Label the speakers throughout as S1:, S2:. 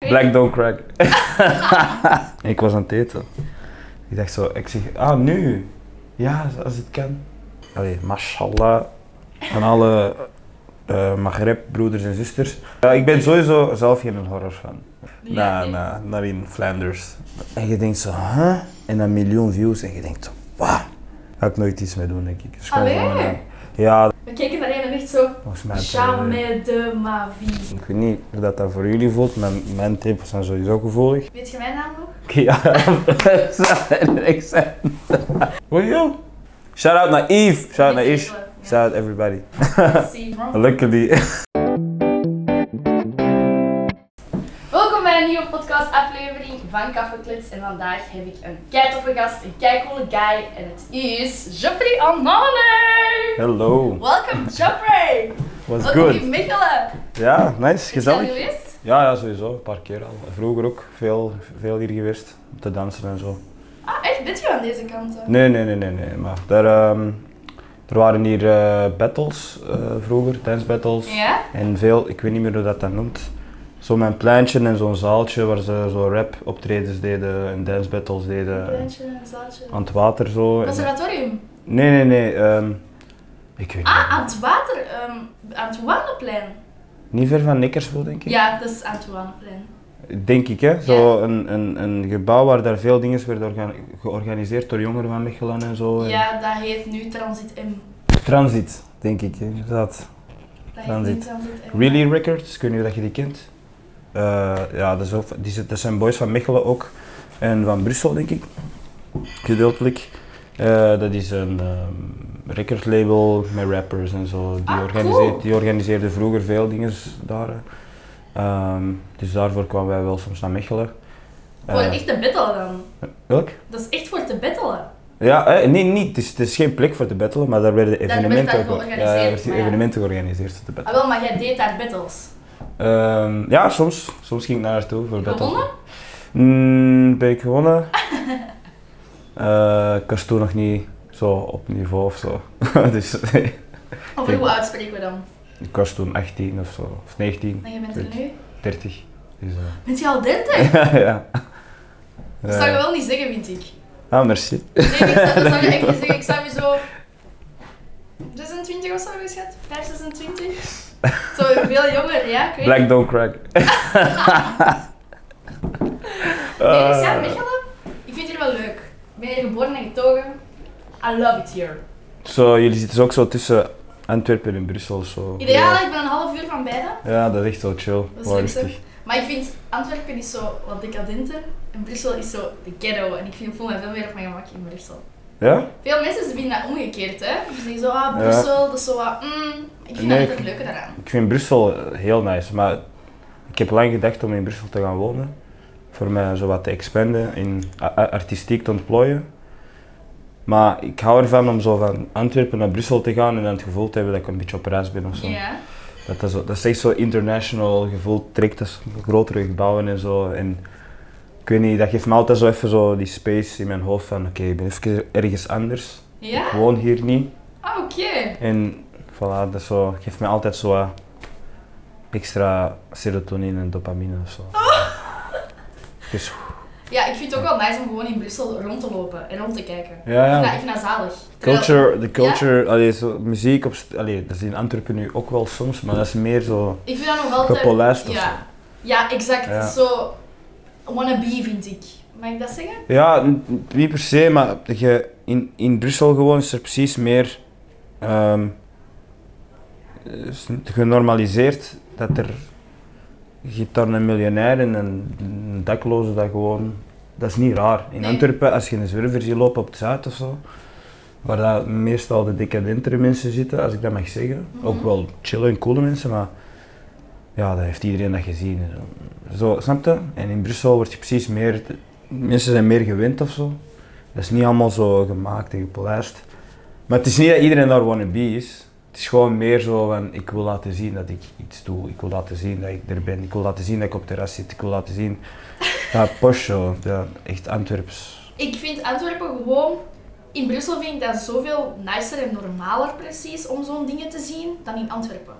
S1: Black Dog Crack. ik was aan het eten. Ik dacht zo, ik zeg, ah nu. Ja, als het kan. Allee, mashallah. Van alle eh Maghreb broeders en zusters. Ja, ik ben sowieso zelf geen horrorfan.
S2: Ja,
S1: Na,
S2: nee.
S1: na, naar in Flanders. En je denkt zo, huh? En dan miljoen views en je denkt zo, wauw. Ga ik nooit iets mee doen, denk ik. Het is gewoon
S2: Allee?
S1: van mijn naam. Ja,
S2: We kijken naar en echt zo.
S1: volgens mij... eh,
S2: Jamais de ma vie.
S1: Ik weet niet hoe dat, dat voor jullie voelt, maar mijn tepels zijn sowieso gevoelig.
S2: Weet je mijn naam nog?
S1: Ja, accent. What you? Shout out naar Eve. Shout out naar Ish.
S2: Ja,
S1: Shout out everybody.
S2: zie.
S1: Luckily.
S2: Welkom bij een nieuwe podcastaflevering van Kaffeeklits. En vandaag heb ik een keitoffe gast, een keikolle guy. En het is Geoffrey Anane.
S1: Hello.
S2: Welkom Geoffrey.
S1: Was
S2: Welkom
S1: good.
S2: in Mechelen.
S1: Ja, nice.
S2: Ben
S1: Gezellig.
S2: je geweest?
S1: Ja, ja, sowieso. Een paar keer al. Vroeger ook. Veel, veel hier geweest. Om te dansen en zo.
S2: Ah, echt? Bent je aan deze kant? hè?
S1: Nee, nee, nee, nee. nee. Maar daar, ehm, er waren hier eh, battles eh, vroeger. Dance battles.
S2: Ja?
S1: En veel, ik weet niet meer hoe dat dat noemt. Zo'n mijn pleintje en zo'n zaaltje waar ze zo rap optredens deden en dance battles deden.
S2: Kleintje, een zaaltje.
S1: Aan het water zo. en-
S2: Conservatorium.
S1: Nee, nee, nee. ehm, ik weet
S2: Ah,
S1: niet.
S2: aan het water. ehm, aan het Wandelplein.
S1: Niet ver van Nikkerswil, denk ik.
S2: Ja, dat is aan het Wandelplein.
S1: Denk ik, hè. Zo een, een, een gebouw waar daar veel dingen werden orga- georganiseerd door jongeren van Mechelen en zo. en-
S2: Ja, dat heet nu Transit M.
S1: Transit, denk ik, inderdaad.
S2: Dat heet
S1: Transit.
S2: nu Transit M.
S1: Really Records, ik weet niet of dat je die kent. Eh, ja, dat, is ook, die, zit- dat zijn boys van Mechelen ook. En van Brussel, denk ik. Gedeeltelijk. Eh, dat is een ehm recordlabel met rappers en zo. Die,
S2: Ah,
S1: organiseert,
S2: cool.
S1: die organiseerde vroeger veel dingen daar. hè. Ehm, dus daarvoor kwamen wij wel soms naar Mechelen.
S2: Voor
S1: Eh,
S2: echt te bettelen dan.
S1: welk?
S2: Dat is echt voor te bettelen.
S1: Ja, eh, nee, niet. Het, is, het is geen plek voor te battelen, maar daar werden
S2: werd
S1: evenementen,
S2: dat
S1: ook-
S2: georganiseerd,
S1: ja, daar werd die
S2: maar ja.
S1: evenementen georganiseerd voor te
S2: Ah,
S1: battelen.
S2: wel, maar jij deed daar battles.
S1: Ehm, ja, soms. Soms ging ik naar haar toe voor battle.
S2: Gewonnen?
S1: Mm, ben ik gewonnen? Eh, ik was toen nog niet zo op niveau of zo. dus
S2: Of
S1: Kijk.
S2: hoe oud spreken we dan?
S1: ik was toen 18 of zo, of 19,
S2: En je bent er nu?
S1: 30. Dus, eh,
S2: Bent je al 30?
S1: ja.
S2: Dat zou je
S1: Eh,
S2: wel niet zeggen, vind ik.
S1: ah, merci.
S2: Nee, ik zou- dat zou je echt niet zeggen. Ik zou je zo... 26 of zo hebben geschat? 5, 26? Zo veel jonger, ja? Ik weet
S1: Black don't crack.
S2: Nee, ik
S1: Eh,
S2: zou Mechelen. Ik vind jullie wel leuk. Ik ben hier geboren en getogen. I love it here.
S1: zo, jullie zitten dus ook zo tussen Antwerpen en Brussel. Zo.
S2: Ideaal,
S1: Ja.
S2: ik ben een half uur van beide.
S1: Ja, dat is echt zo chill.
S2: Dat is
S1: Wel
S2: leuk, zeg.
S1: rustig.
S2: Maar ik vind Antwerpen is zo wat decadenter en Brussel is zo de ghetto. En ik vind, voel me veel meer op mijn gemak in Brussel.
S1: Ja?
S2: Veel mensen vinden dat omgekeerd, hè? Ze zeggen zo, ah,
S1: Ja.
S2: Brussel, dat is zo wat. Mm. Ik vind
S1: Nee,
S2: dat
S1: ik-
S2: het leuke daaraan.
S1: Ik vind Brussel eh, heel nice, maar ik heb lang gedacht om in Brussel te gaan wonen. Voor mij zo wat te expanden, in a- a- artistiek te ontplooien. Maar ik hou ervan om zo van Antwerpen naar Brussel te gaan en dan het gevoel te hebben dat ik een beetje op reis ben of zo.
S2: Ja.
S1: Dat, dat, zo, dat is echt zo'n international gevoel, trekt als grotere gebouwen en zo. En ik weet niet, dat geeft me altijd zo even zo die space in mijn hoofd van oké, ik ben even ergens anders.
S2: Ja?
S1: Ik woon hier niet.
S2: Ah, oké.
S1: En voilà, dat is zo, geeft mij altijd zo wat extra serotonine en dopamine of zo. Dus,
S2: Ja, ik vind het ook wel nice om gewoon in Brussel rond te lopen en rond te kijken.
S1: ja,
S2: Ja,
S1: ja.
S2: ik vind dat zalig. Terwijl-
S1: Culture, de culture, allee, zo, muziek, op, st- allee, dat is in Antwerpen nu ook wel soms, maar dat is meer zo
S2: Ik vind dat nog altijd...
S1: gepolijst of zo.
S2: ja. ja, exact.
S1: Ja.
S2: Zo wannabe vind ik. Mag ik dat zeggen?
S1: Ja, n- n- niet per se, maar je, in, in Brussel gewoon is er precies meer ehm, is genormaliseerd dat er je hebt daar een miljonair en een, een dakloze dat gewoon... Dat is niet raar. In
S2: Nee.
S1: Antwerpen, als je een zwerver ziet lopen op het Zuid of zo, waar dat meestal de decadentere mensen zitten, als ik dat mag zeggen.
S2: Mhm.
S1: Ook wel chille en coole mensen, maar ja, dat heeft iedereen dat gezien. en Zo, zo snap je? En in Brussel word je precies meer... Mensen zijn meer gewend of zo. Dat is niet allemaal zo gemaakt en gepolijst. Maar het is niet dat iedereen daar wannabe is. Het is gewoon meer zo van, ik wil laten zien dat ik iets doe. Ik wil laten zien dat ik er ben. Ik wil laten zien dat ik op het terras zit. Ik wil laten zien dat Porsche, dat echt Antwerps.
S2: Ik vind Antwerpen gewoon. In Brussel vind ik dat zoveel nicer en normaler precies om zo'n dingen te zien dan in Antwerpen.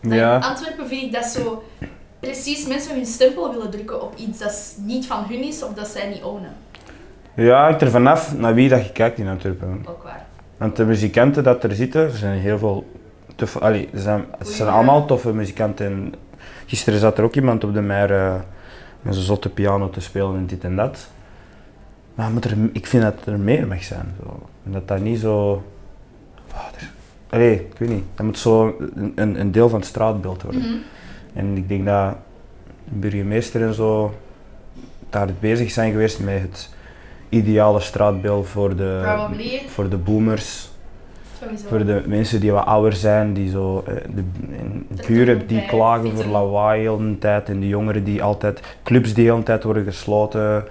S2: Dan In Antwerpen vind ik dat zo. precies mensen hun stempel willen drukken op iets dat s- niet van hun is of dat zij niet ownen.
S1: Ja, ik er vanaf naar wie dat je kijkt in Antwerpen.
S2: Ook waar.
S1: Want de muzikanten dat er zitten, er zijn heel veel toffe... Allee, er zijn, het zijn
S2: Goeie.
S1: allemaal toffe muzikanten. En Gisteren zat er ook iemand op de Meijer eh, met zijn zotte piano te spelen en dit en dat. Maar moet er, ik vind dat er meer mag zijn. Zo. En dat dat niet zo... Ah, er- Allee, ik weet niet. Dat moet zo een- een, een deel van het straatbeeld worden.
S2: Mhm.
S1: En ik denk dat de burgemeester en zo daar bezig zijn geweest met het ideale straatbeeld voor de,
S2: Probably,
S1: voor de boomers.
S2: sowieso.
S1: Eh, Voor de mensen die wat ouder zijn, die zo, eh, de en
S2: Dat
S1: buren
S2: doen
S1: die
S2: wij,
S1: klagen
S2: fietsen.
S1: voor lawaai heel de tijd en de jongeren die altijd, clubs die heel de tijd worden gesloten.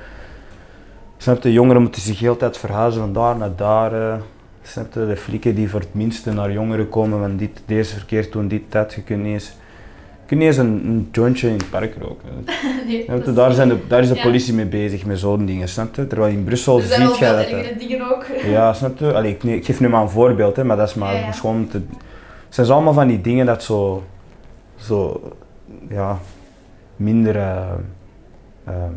S1: Snap je, jongeren moeten zich heel de tijd verhuizen van daar naar daar. eh. Snap je, de flikken die voor het minste naar jongeren komen, want dit, deze verkeerd doen, dit, dat, je kunt niet eens, je kunt niet eens een, een jointje in het park roken.
S2: Nee,
S1: Snap
S2: dat
S1: je,
S2: is-
S1: daar, zijn de, daar is de
S2: Ja.
S1: politie mee bezig met zo'n dingen, snap je? Terwijl in Brussel
S2: Er zijn al
S1: ziet je
S2: veel
S1: dat. hè.
S2: ergere dingen ook.
S1: Ja, snap je? Allee, ik, nee, ik geef nu maar een voorbeeld, hè, maar dat is maar
S2: Ja, ja.
S1: gewoon om te... Het zijn zo allemaal van die dingen dat zo... Zo... Ja... Minder... eh, ehm,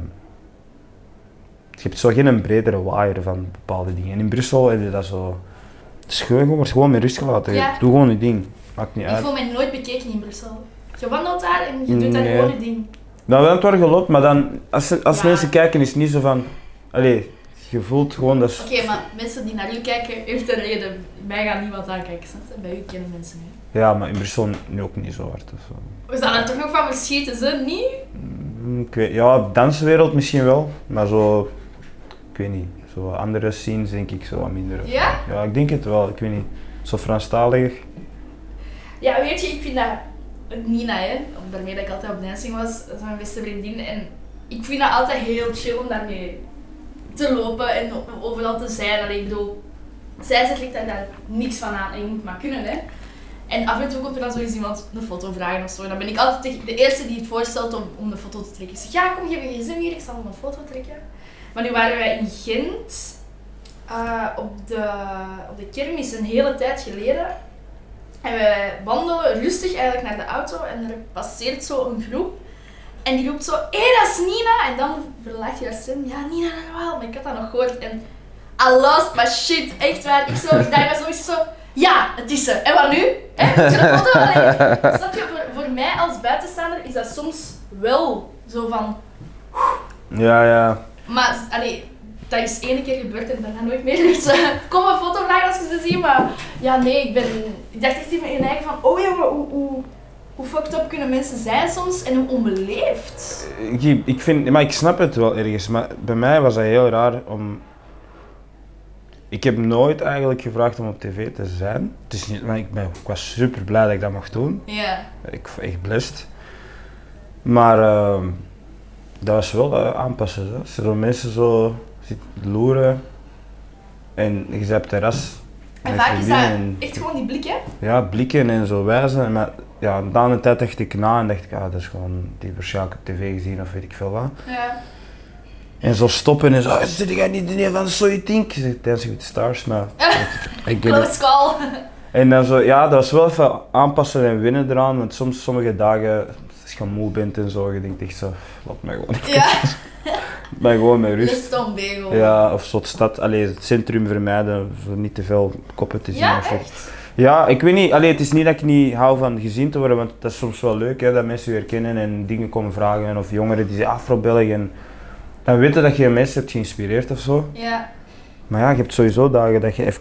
S1: je hebt zo geen een bredere waaier van bepaalde dingen. En in Brussel heb je dat zo... Scheu, wordt gewoon met rust gelaten. Je
S2: Ja.
S1: Doe gewoon je ding. Maakt niet
S2: Ik
S1: uit.
S2: voel mij nooit bekeken in Brussel. Je wandelt daar en je doet daar
S1: Mm, Nee.
S2: gewoon je ding.
S1: Dan wel het worden gelopen, maar dan... Als, ze- als
S2: Ja.
S1: mensen kijken is het niet zo van... Allee, je voelt gewoon dat... is-
S2: Oké, maar mensen die naar u kijken, heeft een reden. Mij gaat niemand aankijken, snap je? Bij u kennen mensen niet.
S1: Ja, maar in Brussel nu ook niet zo hard of zo.
S2: We staan er toch nog van verschieten, ze niet?
S1: Mm, Ik weet, ja, danswereld misschien wel, maar zo, ik weet niet, zo andere scenes denk ik zo wat minder.
S2: Ja?
S1: Ja, ik denk het wel, ik weet niet. Zo Franstalig.
S2: Ja, weet je, ik vind dat... Nina, hè, om- daarmee dat ik altijd op dancing was, dat is mijn beste vriendin. En ik vind dat altijd heel chill om daarmee te lopen en o- overal te zijn. Allee, ik bedoel, zij zegt ligt daar, daar niks van aan en je moet maar kunnen, hè. En af en toe komt er dan zo eens iemand een foto vragen of zo. En dan ben ik altijd tegen- de eerste die het voorstelt om, om de foto te trekken. Ik zeg, ja, kom, geef je gsm hier, ik zal een foto trekken. Maar nu waren wij in Gent, eh, op, de, op de kermis, een hele tijd geleden. En we wandelen rustig eigenlijk naar de auto en er passeert zo een groep. En die roept zo, hé, dat is Nina! En dan verlaagt je haar stem, ja, Nina, normaal. Maar ik had dat nog gehoord en I lost my shit, echt waar. Ik zo, daar was zoiets zo, ja, het is ze. En wat nu? Hè? Heb je een foto? Allee, Snap je, voor, voor mij als buitenstaander is dat soms wel zo van,
S1: Ja, ja.
S2: maar allee, dat is één keer gebeurd en daarna nooit meer. Dus eh, kom een foto vragen als je ze ziet. Maar ja, nee, ik, ben, ik dacht echt in mijn eigen van, oh ja, maar hoe, hoe, hoe fucked up kunnen mensen zijn soms en hoe onbeleefd.
S1: Ik, ik vind, maar ik snap het wel ergens, maar bij mij was dat heel raar om... Ik heb nooit eigenlijk gevraagd om op tv te zijn. Het is niet, maar ik, ben, ik was super blij dat ik dat mocht doen.
S2: Ja.
S1: Ik was echt blessed. Maar ehm, dat was wel eh, aanpassen. Hè. Als je zo mensen zo ziet loeren en je zit op terras.
S2: En
S1: met
S2: vaak is dat
S1: vriendinnen en-
S2: echt gewoon die blik, hè?
S1: Ja, blikken en zo wijzen. Maar ja, na een tijd dacht ik na en dacht ik, ah, dat is gewoon die waarschijnlijk op tv gezien of weet ik veel wat.
S2: Ja.
S1: En zo stoppen en zo, ah, zit jij niet in een van de Soy Tink? Ik zeg, Dancing with the Stars, maar... ik weet het.
S2: Close call.
S1: En dan zo, ja, dat was wel even aanpassen en winnen eraan, want soms sommige dagen, als je moe bent en zo, je denkt echt zo, laat mij gewoon,
S2: Ja,
S1: ik ben gewoon met
S2: de
S1: rust.
S2: stombegel.
S1: Ja, of zo de stad, allee, het centrum vermijden, zo niet te veel koppen te zien.
S2: Ja,
S1: of zo.
S2: echt?
S1: ja, ik weet niet, allee, het is niet dat ik niet hou van gezien te worden, want dat is soms wel leuk, hè, dat mensen je herkennen en dingen komen vragen, of jongeren die zeggen Afro-Belg, en dan weten dat je mensen hebt geïnspireerd of zo.
S2: Ja.
S1: Maar ja, je hebt sowieso dagen dat je even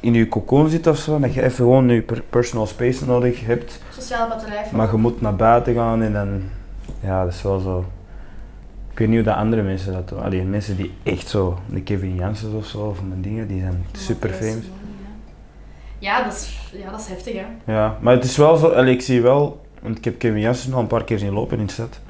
S1: in je cocon zit of zo. Dat je even gewoon je per- personal space nodig hebt.
S2: Sociale batterij van.
S1: Maar je moet naar buiten gaan en dan. Ja, dat is wel zo. Ik weet niet hoe dat andere mensen dat doen. Alleen mensen die echt zo, de Kevin Janssens of zo, of de dingen, die zijn super famous.
S2: Ja, dat is, ja, dat is heftig, hè?
S1: Ja, maar het is wel zo, allee, ik zie wel, want ik heb Kevin Janssens al een paar keer zien lopen in de stad.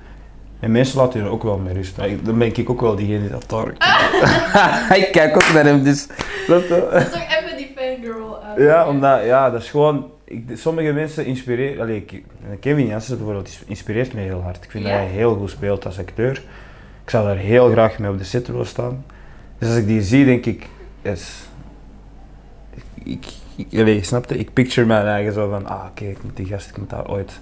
S1: En mensen laten je ook wel mee rust. Maar ik- Dan ben ik ook wel diegene dat daar. ik kijk ook naar hem, dus. Dat,
S2: Dat is toch even die fangirl. eh,
S1: Ja, omdat, ja, dat is gewoon... Ik, sommige mensen inspireren... Allee, ik- Kevin Janssen bijvoorbeeld is- inspireert me heel hard. Ik vind
S2: Ja.
S1: dat hij heel goed speelt als acteur. Ik zou daar heel graag mee op de set willen staan. Dus als ik die zie, denk ik... Yes. Ik, ik, ik, allee, snap je? Ik picture mijn eigen zo van... Ah, oké, ik moet die gast, ik moet daar ooit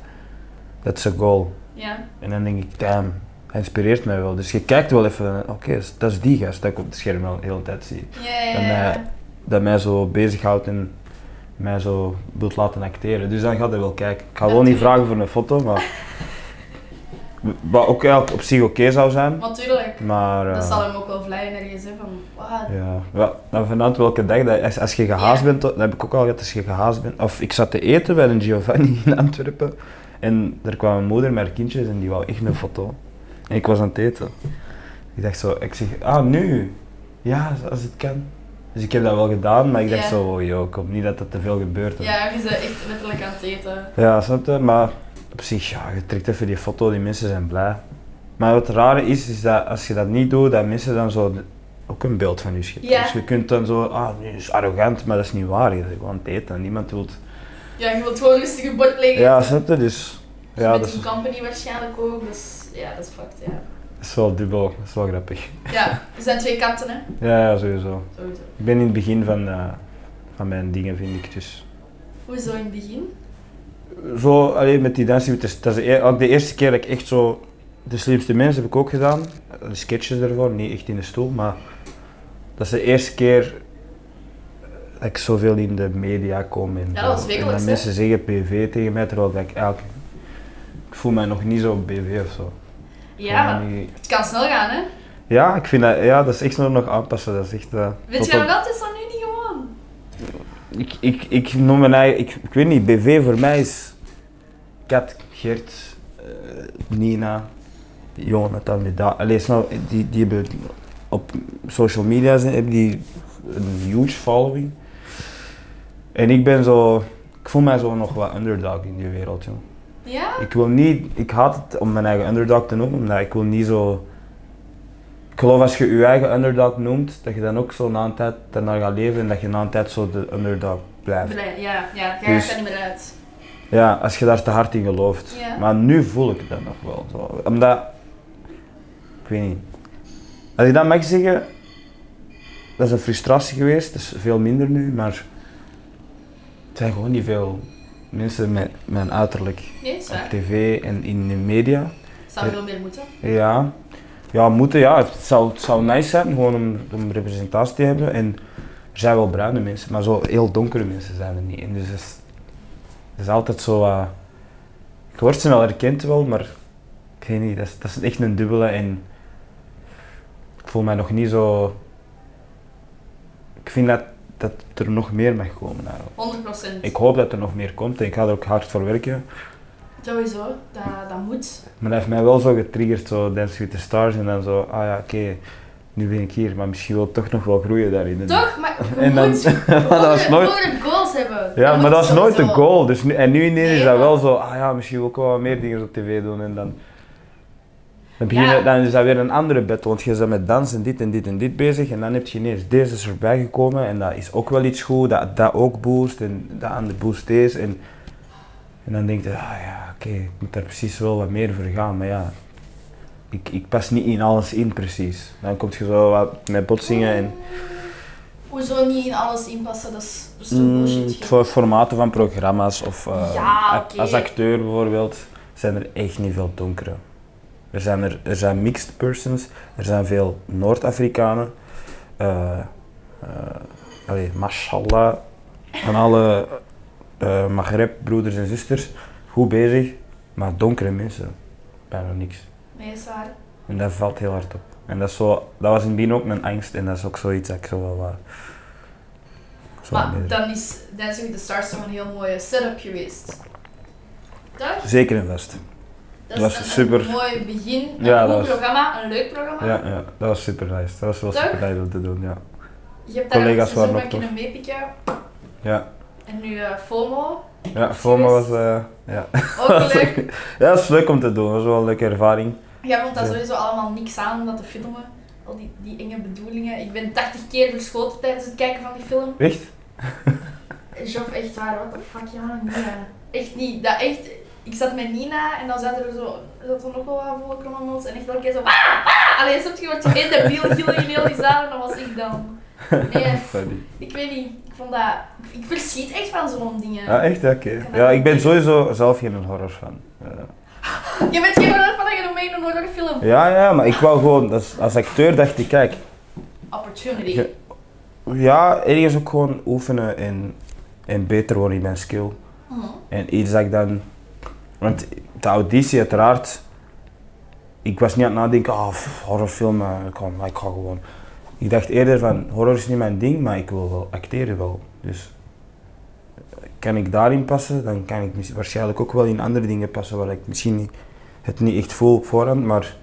S1: that's a goal.
S2: Ja.
S1: En dan denk ik, damn, hij inspireert mij wel. Dus je kijkt wel even, oké, s- dat is die gast dat ik op het scherm al de hele tijd zie.
S2: Ja, ja,
S1: En,
S2: ja.
S1: eh, Dat mij zo bezighoudt en mij zo wilt laten acteren. Dus dan gaat hij wel kijken. Ik ga wel niet vragen voor een foto, maar... Wat ook eigenlijk op zich oké zou zijn,
S2: Maar tuurlijk,
S1: maar... eh,
S2: dat zal hem ook wel vleien ergens, hè, van, wat?
S1: Ja, wel, dan vanuit welke dag, dat, als, als je gehaast
S2: Ja.
S1: bent, dat heb ik ook al gehad, als je gehaast bent. Of ik zat te eten bij een Giovanni in Antwerpen en er kwam mijn moeder met haar kindjes en die wou echt een foto. En ik was aan het eten. Ik dacht zo, ik zeg, ah nu? Ja, als het kan. Dus ik heb dat wel gedaan, maar ik dacht
S2: Ja.
S1: zo, oh joh, kom niet dat dat te veel gebeurt.
S2: Ja, je bent echt letterlijk aan het eten.
S1: Ja, snap je? Maar op zich, ja, je trekt even die foto, die mensen zijn blij. Maar wat het rare is, is dat als je dat niet doet, dat mensen dan zo de- ook een beeld van je schieten.
S2: Ja.
S1: Dus je kunt dan zo, ah, nu is arrogant, maar dat is niet waar. Je bent gewoon aan het eten en niemand wil...
S2: Ja, je wilt gewoon rustig je bord leggen.
S1: Ja, snap je? Dus,
S2: Dus
S1: ja,
S2: met
S1: dat is,
S2: die company waarschijnlijk ook, dus ja, dat is fucked, ja.
S1: dat is wel dubbel. Dat is wel grappig.
S2: Ja, er zijn twee kanten, hè.
S1: Ja, ja, sowieso.
S2: Sowieso.
S1: Ik ben in het begin van, eh, van mijn dingen, vind ik, dus...
S2: Hoezo in het begin?
S1: Zo, alleen met die dansen, het is- dat is de e- ook de eerste keer dat ik echt zo... De slimste mensen heb ik ook gedaan. De sketches ervoor, niet echt in de stoel, maar... Dat is de eerste keer dat ik zoveel in de media kom. En,
S2: Ja, dat was
S1: zo. en
S2: wekelijks,
S1: dat
S2: hè?
S1: mensen zeggen PV tegen mij, terwijl dat ik eigenlijk... Ik voel mij nog niet zo PV of zo.
S2: Ja,
S1: Gewoon niet-
S2: het kan snel gaan, hè.
S1: Ja, ik vind dat... Ja, dat is echt nog aanpassen. Dat is echt... eh,
S2: Weet
S1: tot
S2: je
S1: op-
S2: wat wel, het is dan nu niet gewoon.
S1: Ik, ik, ik noem mijn eigen, ik, ik weet niet, BV voor mij is Kat, Gert, eh, Nina, Jonathan, Leda. Allee, snap, die, die hebben op social media zijn, hebben die een huge following. En ik ben zo, ik voel mij zo nog wat underdog in die wereld, joh.
S2: Ja?
S1: Ik wil niet, ik haat het om mijn eigen underdog te noemen, omdat ik wil niet zo... Ik geloof als je je eigen underdog noemt, dat je dan ook zo na een tijd daarna gaat leven en dat je na een tijd zo de underdog blijft.
S2: Blij, ja, ja, jij
S1: Dus-
S2: gaat er niet meer uit.
S1: Ja, als je daar te hard in gelooft.
S2: Ja.
S1: Maar nu voel ik dat nog wel zo. Omdat, ik weet niet. Als ik dat mag zeggen, dat is een frustratie geweest, dat is veel minder nu, maar het zijn gewoon niet veel mensen met mijn uiterlijk
S2: Nee, is
S1: op
S2: waar.
S1: tv en in de media.
S2: Het zou veel meer moeten.
S1: Ja, ja moeten. Ja. Het, zou, het zou nice zijn gewoon om, om representatie te hebben. En er zijn wel bruine mensen, maar zo heel donkere mensen zijn er niet. En dus het is, het is altijd zo. eh, ik word ze wel herkend wel, maar ik weet niet, dat is, dat is echt een dubbele. En ik voel mij nog niet zo. Ik vind dat, dat er nog meer mag komen. Eigenlijk.
S2: 100 procent.
S1: Ik hoop dat er nog meer komt en ik ga er ook hard voor werken.
S2: Sowieso, dat, dat moet.
S1: Maar dat heeft mij wel zo getriggerd, zo Dance with the Stars. En dan zo, ah ja, oké, nu ben ik hier, maar misschien wil ik toch nog wel groeien daarin. En-
S2: Toch? Maar je
S1: En dan,
S2: moet
S1: maar dat was
S2: honderd-
S1: nooit,
S2: honderd goals hebben.
S1: ja, maar
S2: moet
S1: dat is nooit de
S2: sowieso.
S1: goal. Dus nu, en nu ineens is
S2: Nee,
S1: dat
S2: maar-
S1: wel zo, ah ja, misschien wil ik wel wat meer dingen op tv doen. En dan, dan, begin je-
S2: Ja.
S1: dan is dat weer een andere battle, want je bent met dans en dit en dit en dit bezig. En dan heb je ineens, deze is erbij gekomen en dat is ook wel iets goed, dat, dat ook boost en dat aan de boost deze. En, en dan denk je, ah ja, oké, ik moet daar precies wel wat meer voor gaan, maar ja. Ik, ik pas niet in alles in precies. Dan kom je zo wat met botsingen en...
S2: Hoezo niet in alles inpassen, dat is, dat is toch
S1: Mm,
S2: bullshit.
S1: voor formaten van programma's of eh,
S2: Ja,
S1: a-
S2: oké.
S1: als acteur bijvoorbeeld zijn er echt niet veel donkere. Er zijn, er, er zijn mixed persons, er zijn veel Noord-Afrikanen. eh eh, allee, mashallah, van alle eh Maghreb-broeders en zusters, goed bezig, maar donkere mensen, bijna niks.
S2: Nee, is waar.
S1: En dat valt heel hard op. En dat, is zo, dat was in het begin ook mijn angst en dat is ook zoiets dat ik zo wel... eh, zo aan
S2: Maar
S1: meedraag.
S2: dan is Dancing with the Stars toch een heel mooie setup geweest. Toch?
S1: Zeker en vast.
S2: Dat
S1: was
S2: is een
S1: super.
S2: mooi begin, een
S1: Ja,
S2: goed
S1: dat was-
S2: programma, een leuk programma.
S1: Ja, ja, dat was super nice. Dat was wel
S2: Toch?
S1: super nice om te doen, ja.
S2: Je hebt daar
S1: Collega's
S2: een seizoen
S1: waren
S2: van
S1: ook tof.
S2: kunnen meepikken.
S1: Ja,
S2: En nu eh, FOMO,
S1: ja voor me was... eh ja.
S2: ook leuk.
S1: ja, dat is leuk om te doen. Dat is wel een leuke ervaring.
S2: Jij vond dat
S1: Ja.
S2: sowieso allemaal niks aan, dat te filmen. Al die, die enge bedoelingen. Ik ben 80 keer verschoten tijdens het kijken van die film.
S1: Echt?
S2: Jof, echt waar, what the fuck, ja, Nina. Echt niet, dat echt... Ik zat met Nina en dan zaten er zo... Zat er nog wel wat volk rondom ons en echt elke keer zo... Ah, ah! Allee, snap je, je wordt zo één debiel gillen in heel die zaal en dan was ik dan... Nee,
S1: Sorry.
S2: ik weet niet, ik vond dat... Ik
S1: Ah,
S2: verschiet echt van zo'n dingen.
S1: Ja, echt? Oké. Ja, ik ben sowieso zelf geen horrorfan. Eh, Ja.
S2: Je bent geen horror van dat je nog mee in een horrorfilm.
S1: Ja, ja, maar ik wou gewoon, als, als acteur dacht ik, kijk,
S2: Opportunity.
S1: Je- ja, ergens ook gewoon oefenen en, en beter worden in mijn skill.
S2: Mhm.
S1: En iets dat ik dan, want de auditie uiteraard, ik was niet aan het nadenken, ah, pff, horrorfilm, eh, kom, ik ga gewoon. Ik dacht eerder van, horror is niet mijn ding, maar ik wil wel acteren wel. Dus eh, kan ik daarin passen, dan kan ik mis- waarschijnlijk ook wel in andere dingen passen waar ik misschien niet- het niet echt voel op voorhand, maar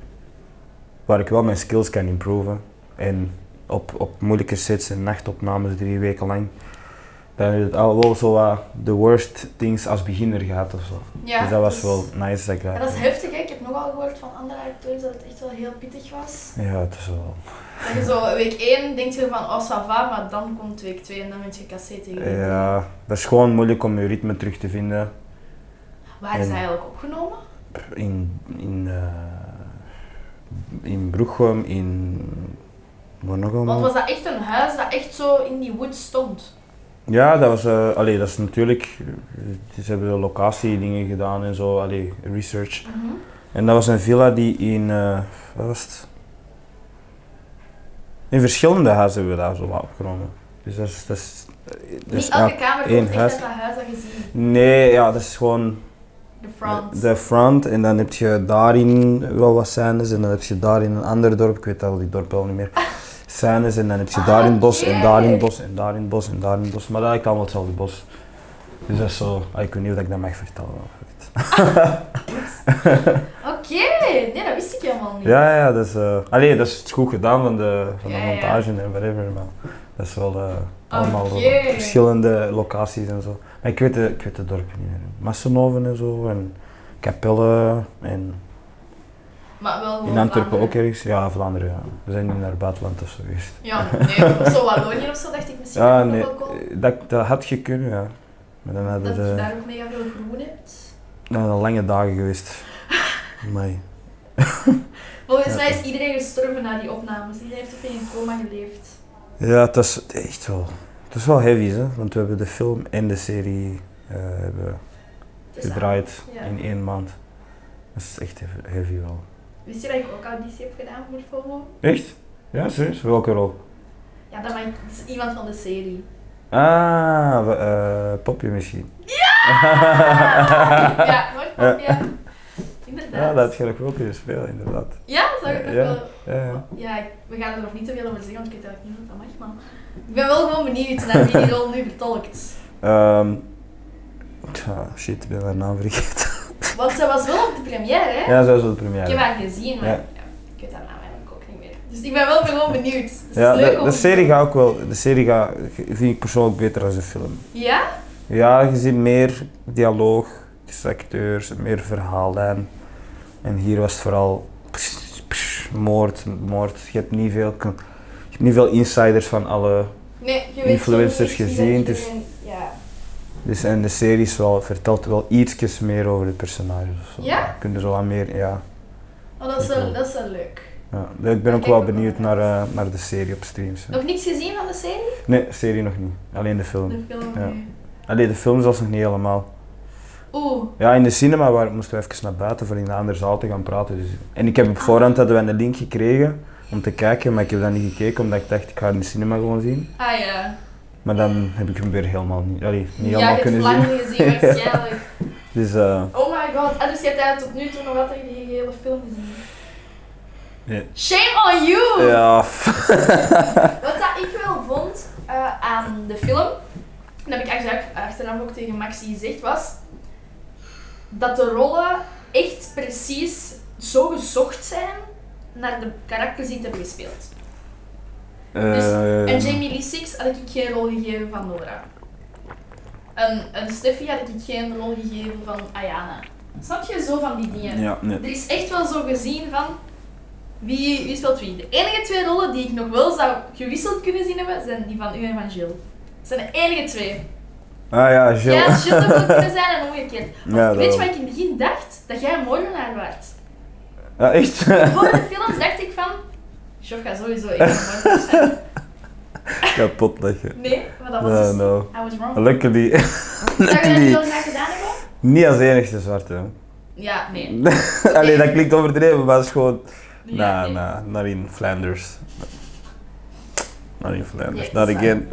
S1: waar ik wel mijn skills kan improven. En op, op moeilijke sets en nachtopnames drie weken lang, dan heb je het al wel zo wat de worst things als beginner gehad of zo.
S2: Ja,
S1: dus dat was
S2: is-
S1: wel nice dat ik dat...
S2: Ja, dat is heftig, hè. ik heb nogal gehoord van andere acteurs dat het echt wel heel pittig was.
S1: ja, het is wel...
S2: Dat je zo week 1 denkt je van oh, ça va, maar dan komt week 2 en dan ben je cassé tegen week drie.
S1: Ja, dat is gewoon moeilijk om je ritme terug te vinden.
S2: Waar is
S1: en-
S2: dat eigenlijk opgenomen?
S1: In, in, eh, in Broegum, in... Waar nog allemaal?
S2: Want was dat echt een huis dat echt zo in die woods stond?
S1: Ja, dat was... eh allee, dat is natuurlijk... eh, Ze hebben locatie dingen gedaan en zo, allee, research.
S2: Mhm.
S1: En dat was een villa die in... eh wat was het? In verschillende huizen hebben we daar zo wat opgenomen. Dus dat is... Dat is, dat is
S2: Niet elke kamer
S1: één
S2: komt echt
S1: huis.
S2: uit dat huis dat je ziet.
S1: Nee, ja, dat is gewoon...
S2: De front.
S1: De front, en dan heb je daarin wel wat scènes, en dan heb je daarin een ander dorp, ik weet al die dorp wel niet meer, scènes, en dan heb je
S2: Ah,
S1: daar in het bos, en daar in het
S2: oké.
S1: bos, en daar in het bos, en daar in het bos, maar dat lijkt allemaal hetzelfde bos. Dus dat is zo, ah, ik weet niet of ik dat mag vertellen.
S2: Oké, nee, dat wist ik helemaal niet.
S1: Ja, ja, dat is, eh allee, dat is goed gedaan van de, van de
S2: Ja, ja.
S1: montage en whatever, maar dat is wel eh, allemaal
S2: Oké.
S1: wel verschillende locaties en zo. Maar ik weet de, ik weet de dorpen niet meer. Massenhoven en zo, en Capelle, en...
S2: Maar wel gewoon
S1: In Antwerpen
S2: Oh, Vlaanderen.
S1: ook ergens? Ja, Vlaanderen. Ja. We zijn nu naar het buitenland of zo geweest.
S2: Ja, nee, of zo Wallonië of zo dacht ik misschien
S1: Ja,
S2: dat
S1: Ah, nee, eh,
S2: nog wel kon.
S1: dat, dat had je kunnen, ja. eh, Maar dan hadden
S2: Dat
S1: we
S2: je
S1: dan
S2: daar ook mega veel groen hebt.
S1: hadden we lange dagen geweest. Amai.
S2: Volgens
S1: Ja.
S2: mij is iedereen gestorven na die opnames. Iedereen heeft ook in een coma geleefd.
S1: Ja, het is echt wel. Het is wel heavy, hè? want we hebben de film en de serie eh, hebben
S2: Dus
S1: gedraaid
S2: ja.
S1: in één maand. Dat is echt heavy- heavy wel.
S2: ah, Wist je dat ik ook auditie heb gedaan voor FOMO?
S1: Echt? Ja, serieus? Welke rol?
S2: Ja, dat, maakt, dat is iemand van de serie.
S1: Ah, we- eh, Popje misschien.
S2: Ah! ja, hoor, pop, ja. Inderdaad.
S1: Ja, dat had je nog wel kunnen spelen, inderdaad.
S2: Ja, zou ik nog
S1: Ja.
S2: wel...
S1: Ja, ja.
S2: Ja, ik- we gaan er nog niet te veel over zeggen, want ik weet eigenlijk niet wat dat mag, maar... Ik ben wel gewoon benieuwd naar wie die rol nu vertolkt.
S1: Ehm tja, shit, ik ben haar naam vergeten.
S2: Want zij was wel op de première, hè?
S1: Ja, zo is wel de
S2: Ik heb
S1: première.
S2: haar gezien, maar
S1: Ja.
S2: ja. ik weet haar naam eigenlijk ook niet meer. Dus ik ben wel gewoon benieuwd. Het is
S1: Ja,
S2: leuk
S1: de,
S2: om-
S1: de serie gaat ook wel. De serie gaat, vind ik persoonlijk beter dan de film.
S2: Ja?
S1: Ja, je ziet meer dialoog tussen acteurs, meer verhaallijn. En hier was het vooral pss, pss, moord, moord. Je hebt niet veel, con- je hebt niet veel insiders van alle.
S2: Nee, je weet
S1: Influencers
S2: geen-
S1: gezien,
S2: geen-
S1: dus-
S2: geen- Ja.
S1: Dus en de serie is wel, vertelt wel ietsjes meer over de personages. of zo.
S2: Ja?
S1: Je kunt er zo wat meer, ja.
S2: Oh, dat is wel, dat is wel leuk.
S1: ja. Ik ben ook
S2: kijk
S1: wel
S2: ik ook
S1: benieuwd
S2: wel
S1: naar, eh, naar de serie op streams. hè.
S2: Nog niets gezien van de serie?
S1: Nee, serie nog niet. Alleen de film.
S2: De film
S1: Ja.
S2: nu.
S1: Alleen de film zelfs nog niet helemaal.
S2: Oeh,
S1: Ja, in de cinema waar, moesten we even naar buiten voor in de andere zaal te gaan praten. Dus. En ik heb op voorhand hadden we een link gekregen om te kijken, maar ik heb dat niet gekeken omdat ik dacht ik ga het in de cinema gewoon zien.
S2: ah ja.
S1: Maar dan heb ik hem weer helemaal niet, allee, niet
S2: ja,
S1: helemaal
S2: je
S1: kunnen
S2: hebt
S1: zien.
S2: het lang niet gezien, waarschijnlijk.
S1: Dus eh,
S2: Oh my god, en dus je hebt eigenlijk tot nu toe nog altijd die hele film gezien.
S1: Nee.
S2: Shame on you!
S1: ja, f-
S2: Wat dat ik wel vond eh, aan de film, en dat heb ik eigenlijk achteraf ook tegen Maxi gezegd, was dat de rollen echt precies zo gezocht zijn naar de karakters die het hebben gespeeld. Dus
S1: eh,
S2: En Jamie Lee Six had ik geen rol gegeven van Nora. En, en Steffi had ik geen rol gegeven van Ayana. Snap je zo van die dingen?
S1: ja, nee.
S2: Er is echt wel zo gezien van wie, wie speelt wie. De enige twee rollen die ik nog wel zou gewisseld kunnen zien hebben, zijn die van u en van Jill. Dat zijn de enige twee.
S1: Ah ja, Jill.
S2: Ja, Jill had ook kunnen zijn en omgekeerd. Want
S1: Ja, dat
S2: weet je
S1: wel.
S2: wat ik in het begin dacht? Dat jij een moordenaar waart.
S1: Ja, echt?
S2: Voor de film dacht ik van... Joff gaat sowieso één moordenaar zijn.
S1: Kapot nou. leggen.
S2: Nee, maar dat was
S1: No,
S2: dus...
S1: no.
S2: I was wrong.
S1: Luckily.
S2: Zou je dat
S1: Luckily.
S2: heel graag gedaan hebben?
S1: Niet als enigste zwarte. hè.
S2: Ja, nee.
S1: Allee, dat klinkt overdreven, maar het is gewoon...
S2: Ja,
S1: nah,
S2: nee.
S1: nah, not in Flanders. Not in Flanders,
S2: Nee,
S1: not
S2: dat is waar.
S1: again.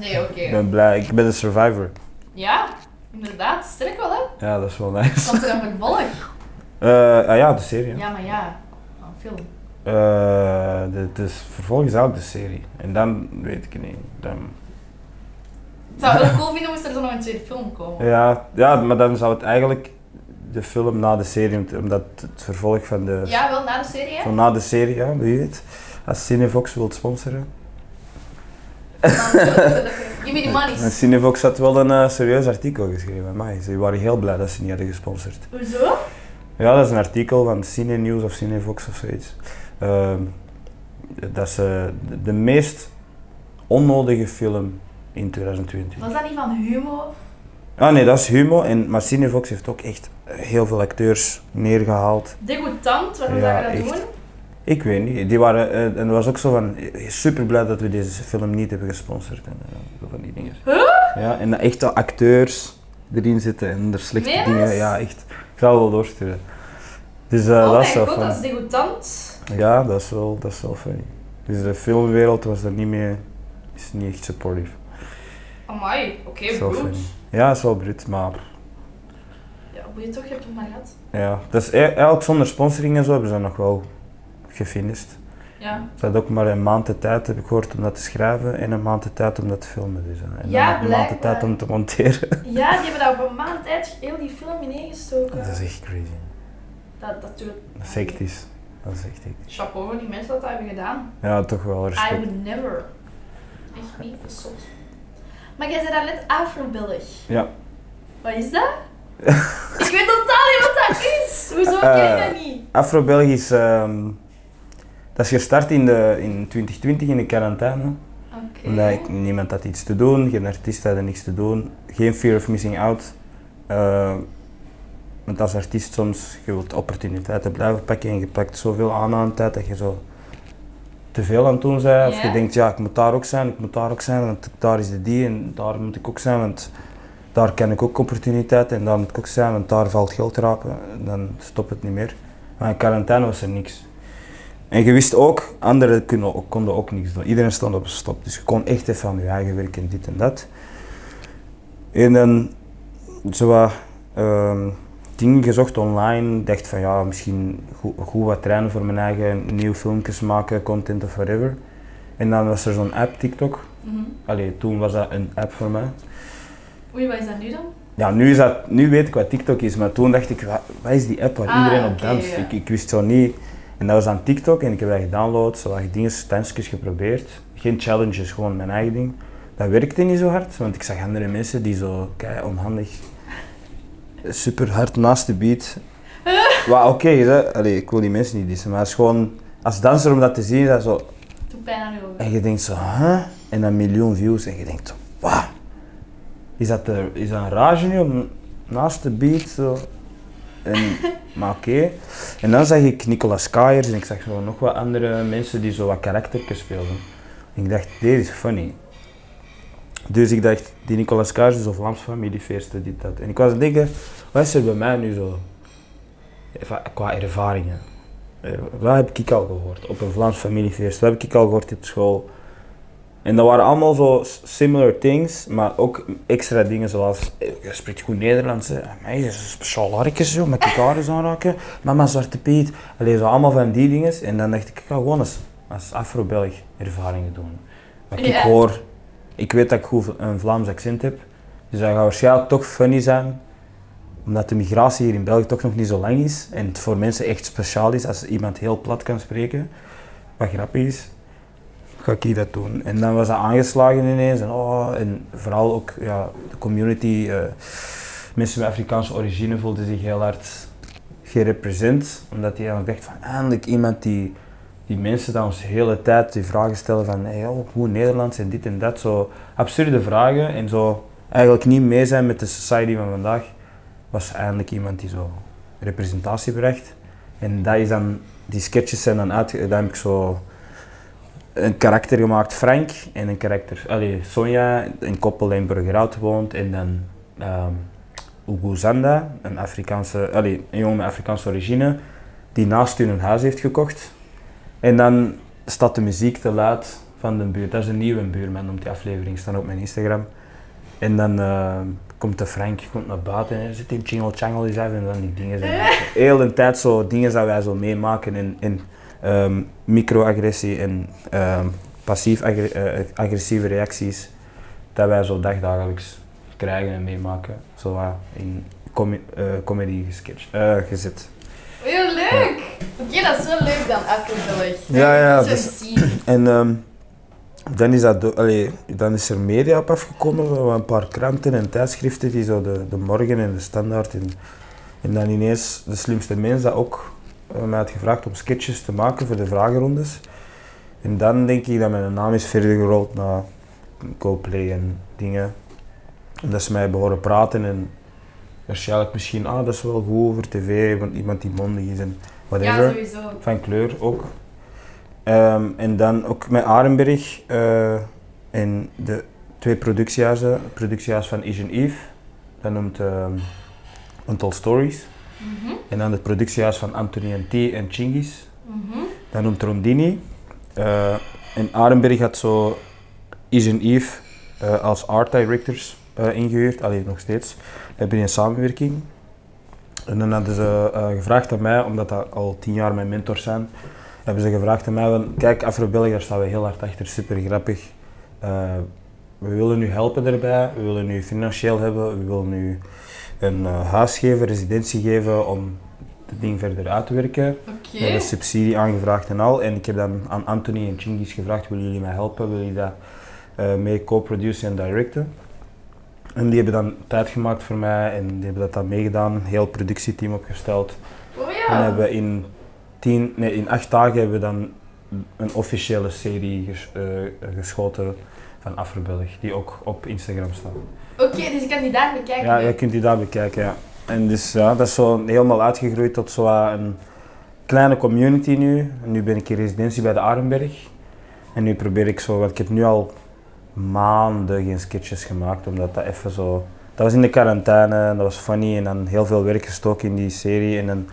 S2: Nee, oké.
S1: Ik ben blij, ik ben een survivor.
S2: Ja, inderdaad. Sterk wel, hè?
S1: Ja, dat is wel nice.
S2: Komt er een vervolg?
S1: Eh, ah ja, de serie.
S2: Ja, maar ja. Een film.
S1: Eh, de- het is vervolgens ook de serie. En dan weet ik het niet. Dan,
S2: Het zou wel cool vinden moest er zo nog een tweede film komen.
S1: ja, ja, maar dan zou het eigenlijk de film na de serie, moeten, omdat het vervolg van de.
S2: Ja, wel na de serie, hè?
S1: Van na de serie, ja, wie weet. Als Cinevox wilt sponsoren.
S2: Give me the
S1: En
S2: money.
S1: Cinevox had wel een eh, serieus artikel geschreven. Maar ze waren heel blij dat ze niet hadden gesponsord.
S2: Hoezo?
S1: Ja, dat is een artikel van Cine News of Cinevox of zoiets. Ehm, dat ze de, de meest onnodige film in 2020.
S2: Was dat niet van Humo?
S1: Ah nee, dat is Humo. En, maar Cinevox heeft ook echt heel veel acteurs neergehaald.
S2: Degoutant, waarom
S1: Ja,
S2: zou je dat
S1: echt.
S2: doen?
S1: Ik weet niet. Die waren, eh, en dat was ook zo van, super blij dat we deze film niet hebben gesponsord. En, eh, zo van die dingen. Ja, en dat echte acteurs erin zitten en er slechte
S2: Meen je
S1: dingen.
S2: dat?
S1: Ja, echt. Ik zou wel doorsturen. Dus eh,
S2: oh
S1: dat
S2: mijn
S1: is zo
S2: god,
S1: van...
S2: dat is degoutant.
S1: Ja, dat is wel, dat is wel funny. Dus de filmwereld was er niet meer, is niet echt supportive.
S2: Amai, oké,
S1: Zo
S2: goed.
S1: funny. Ja, is wel brut, maar
S2: Ja, hoe je toch, je hebt het maar gehad.
S1: ja. Dat is e- eigenlijk zonder sponsoring en zo hebben ze dat nog wel gefinished.
S2: Ja.
S1: Ze hadden ook maar een maand de tijd, heb ik gehoord, om dat te schrijven en een maand de tijd om dat te filmen. Dus, hè. en dan
S2: Ja,
S1: nog een maand de
S2: blijkbaar.
S1: tijd om te monteren.
S2: ja, die hebben daar op een maand tijd heel die film ineengestoken.
S1: Dat is echt crazy.
S2: Dat, dat doet...
S1: Dat is hectisch. Dat is echt hectisch.
S2: Chapeau voor die mensen dat dat hebben gedaan.
S1: Ja, toch wel
S2: I
S1: respect.
S2: would never. Echt niet, dat is zot. Maar jij zei daar net afrobillig.
S1: Ja.
S2: Wat is dat? ik weet totaal niet wat dat is. Hoezo
S1: Eh,
S2: ken ik dat niet?
S1: Afro-België is, ehm, dat is gestart in, de, in 2020 in de quarantaine.
S2: Oké.
S1: Omdat ik- niemand had iets te doen, geen artiest had niks te doen, geen fear of missing out. Eh, want als artiest soms, je wilt opportuniteiten blijven pakken en je pakt zoveel aan aan de tijd dat je zo te veel aan het doen bent. Of
S2: Ja.
S1: je denkt, ja, ik moet daar ook zijn, ik moet daar ook zijn, want daar is de die en daar moet ik ook zijn, want daar ken ik ook opportuniteiten en daar moet ik ook zijn, want daar valt geld te rapen. En Dan stopt het niet meer. Maar in quarantaine was er niks. En je wist ook, anderen konden ook, konden ook niks doen. Iedereen stond op een stop. Dus je kon echt even aan je eigen werk en dit en dat. En dan zo wat ehm, dingen gezocht online. Ik dacht van ja, misschien goed, goed wat trainen voor mijn eigen nieuwe filmpjes maken, content of whatever. En dan was er zo'n app, TikTok.
S2: Mhm.
S1: Allee, toen was dat een app voor mij.
S2: Oei, wat is dat nu dan?
S1: Ja, nu, is dat, nu weet ik wat TikTok is, maar toen dacht ik, wa- wat, is die app waar
S2: Ah,
S1: iedereen op
S2: oké,
S1: danst?
S2: ja.
S1: Ik, ik wist zo niet. En dat was aan TikTok en ik heb dat gedownload, zo wat dingen, dansjes geprobeerd. Geen challenges, gewoon mijn eigen ding. Dat werkte niet zo hard, want ik zag andere mensen die zo kei onhandig, super hard naast de beat. Maar oké, is dat- allee, ik wil die mensen niet dissen, maar het is gewoon, als danser om dat te zien, is dat zo,
S2: Doe pijn aan je ogen.
S1: en je denkt zo, huh? En dan miljoen views. En je denkt zo, wauw. Is dat, de, is dat een rage nu? Om, naast de beat, zo. En, maar oké. En dan zag ik Nicolas Kajers en ik zag zo nog wat andere mensen die zo wat karaktertjes speelden. En ik dacht, dit is funny. Dus ik dacht, die Nicolas Kajers is of Vlaams familiefeesten, dit, dat. En ik was aan het denken, wat is er bij mij nu zo? Eva- Qua ervaringen. Eh, Wat heb ik al gehoord op een Vlaams familiefeest? Wat heb ik al gehoord op school? En dat waren allemaal zo s- similar things, maar ook extra dingen zoals... eh, Je spreekt goed Nederlands, hè. Amai, dat is een speciaal harkjes, joh, met elkaar eens aanraken. Mama Zwarte Piet. Allee, zo allemaal van die dingen. En dan dacht ik, ik ga gewoon als, als Afro-Belg ervaringen doen. Wat ik
S2: Ja.
S1: hoor... Ik weet dat ik goed een Vlaams accent heb. Dus dat gaat waarschijnlijk toch funny zijn omdat de migratie hier in België toch nog niet zo lang is en het voor mensen echt speciaal is als iemand heel plat kan spreken, wat grappig is, ga ik hier dat doen. En dan was dat aangeslagen ineens en, oh, en vooral ook ja, de community, eh, mensen met Afrikaanse origine voelden zich heel hard gerepresent, omdat die eigenlijk dacht van eindelijk iemand die die mensen dan ons de hele tijd die vragen stellen van hey, oh, hoe Nederlands en dit en dat, zo absurde vragen en zo eigenlijk niet mee zijn met de society van vandaag was eindelijk iemand die zo representatie bracht. En dat is dan, die sketches zijn dan uit, dan heb ik zo een karakter gemaakt, Frank, en een karakter, allee, Sonja, een koppel in Burgerhout woont, en dan ehm Uguzanda, een, Afrikaanse, allee, een jongen met Afrikaanse origine, die naast hun een huis heeft gekocht. En dan staat de muziek te laat van de buurt. Dat is een nieuwe buurman, noemt die aflevering, staan op mijn Instagram. En dan eh, komt de Frank komt naar buiten en zit in Jingle Changle is even en dan die dingen. Zijn Heel de tijd zo dingen dat wij zo meemaken in, in ehm, microagressie en ehm, passief agre- eh, agressieve reacties dat wij zo dagdagelijks krijgen en meemaken. Zo wat in com- eh, comedy gesketch, eh, gezet.
S2: Heel leuk! Oké, dat is wel leuk dan, afgevallig.
S1: Ja, ja,
S2: Dat is
S1: dus-
S2: zo zien.
S1: En ehm, dan, is dat de- allee, dan is er media op afgekomen, zo een paar kranten en tijdschriften die zo de, de Morgen en de Standaard en, en dan ineens de slimste mens dat ook eh, mij had gevraagd om sketches te maken voor de vragenrondes. En dan denk ik dat mijn naam is verder gerold naar co-play en dingen. En dat ze mij hebben horen praten en waarschijnlijk misschien, ah dat is wel goed voor tv, want iemand die mondig is en whatever
S2: Ja, sowieso.
S1: van kleur ook. Ehm, en dan ook met Arenberg eh, en de twee productiehuizen, het productiehuis van Asian Eve, dat noemt ehm Untold Stories.
S2: Mhm,
S1: En dan het productiehuis van Anthony en T en Chingis,
S2: mhm.
S1: dat noemt Rondini. Eh, en Arenberg had zo Asian Eve eh, als art directors eh, ingehuurd, alleen nog steeds. We hebben die een samenwerking. En dan hadden ze eh, gevraagd aan mij, omdat dat al tien jaar mijn mentors zijn, hebben ze gevraagd aan mij van, kijk Afro-België, daar staan we heel hard achter, super grappig. Eh, we willen u helpen daarbij, we willen u financieel hebben, we willen u een eh, huis geven, residentie geven om het ding verder uit te werken.
S2: Oké.
S1: Ik heb een subsidie aangevraagd en al. En ik heb dan aan Anthony en Chingis gevraagd, willen jullie mij helpen? Willen jullie dat eh, mee co-produceren en directen? En die hebben dan tijd gemaakt voor mij en die hebben dat dan meegedaan. Heel productieteam opgesteld.
S2: Oh
S1: En
S2: ja.
S1: hebben in, tien, nee, in acht dagen hebben we dan een officiële serie ges- eh, geschoten van Afrobelg, die ook op Instagram staat.
S2: Oké, dus ik kan die daar bekijken.
S1: Ja, je kunt die daar bekijken, ja. En dus ja, dat is zo helemaal uitgegroeid tot zo wat een kleine community nu. En nu ben ik in residentie bij de Arenberg. En nu probeer ik zo, want ik heb nu al maanden geen sketches gemaakt, omdat dat even zo... Dat was in de quarantaine, en dat was funny en dan heel veel werk gestoken in die serie. En een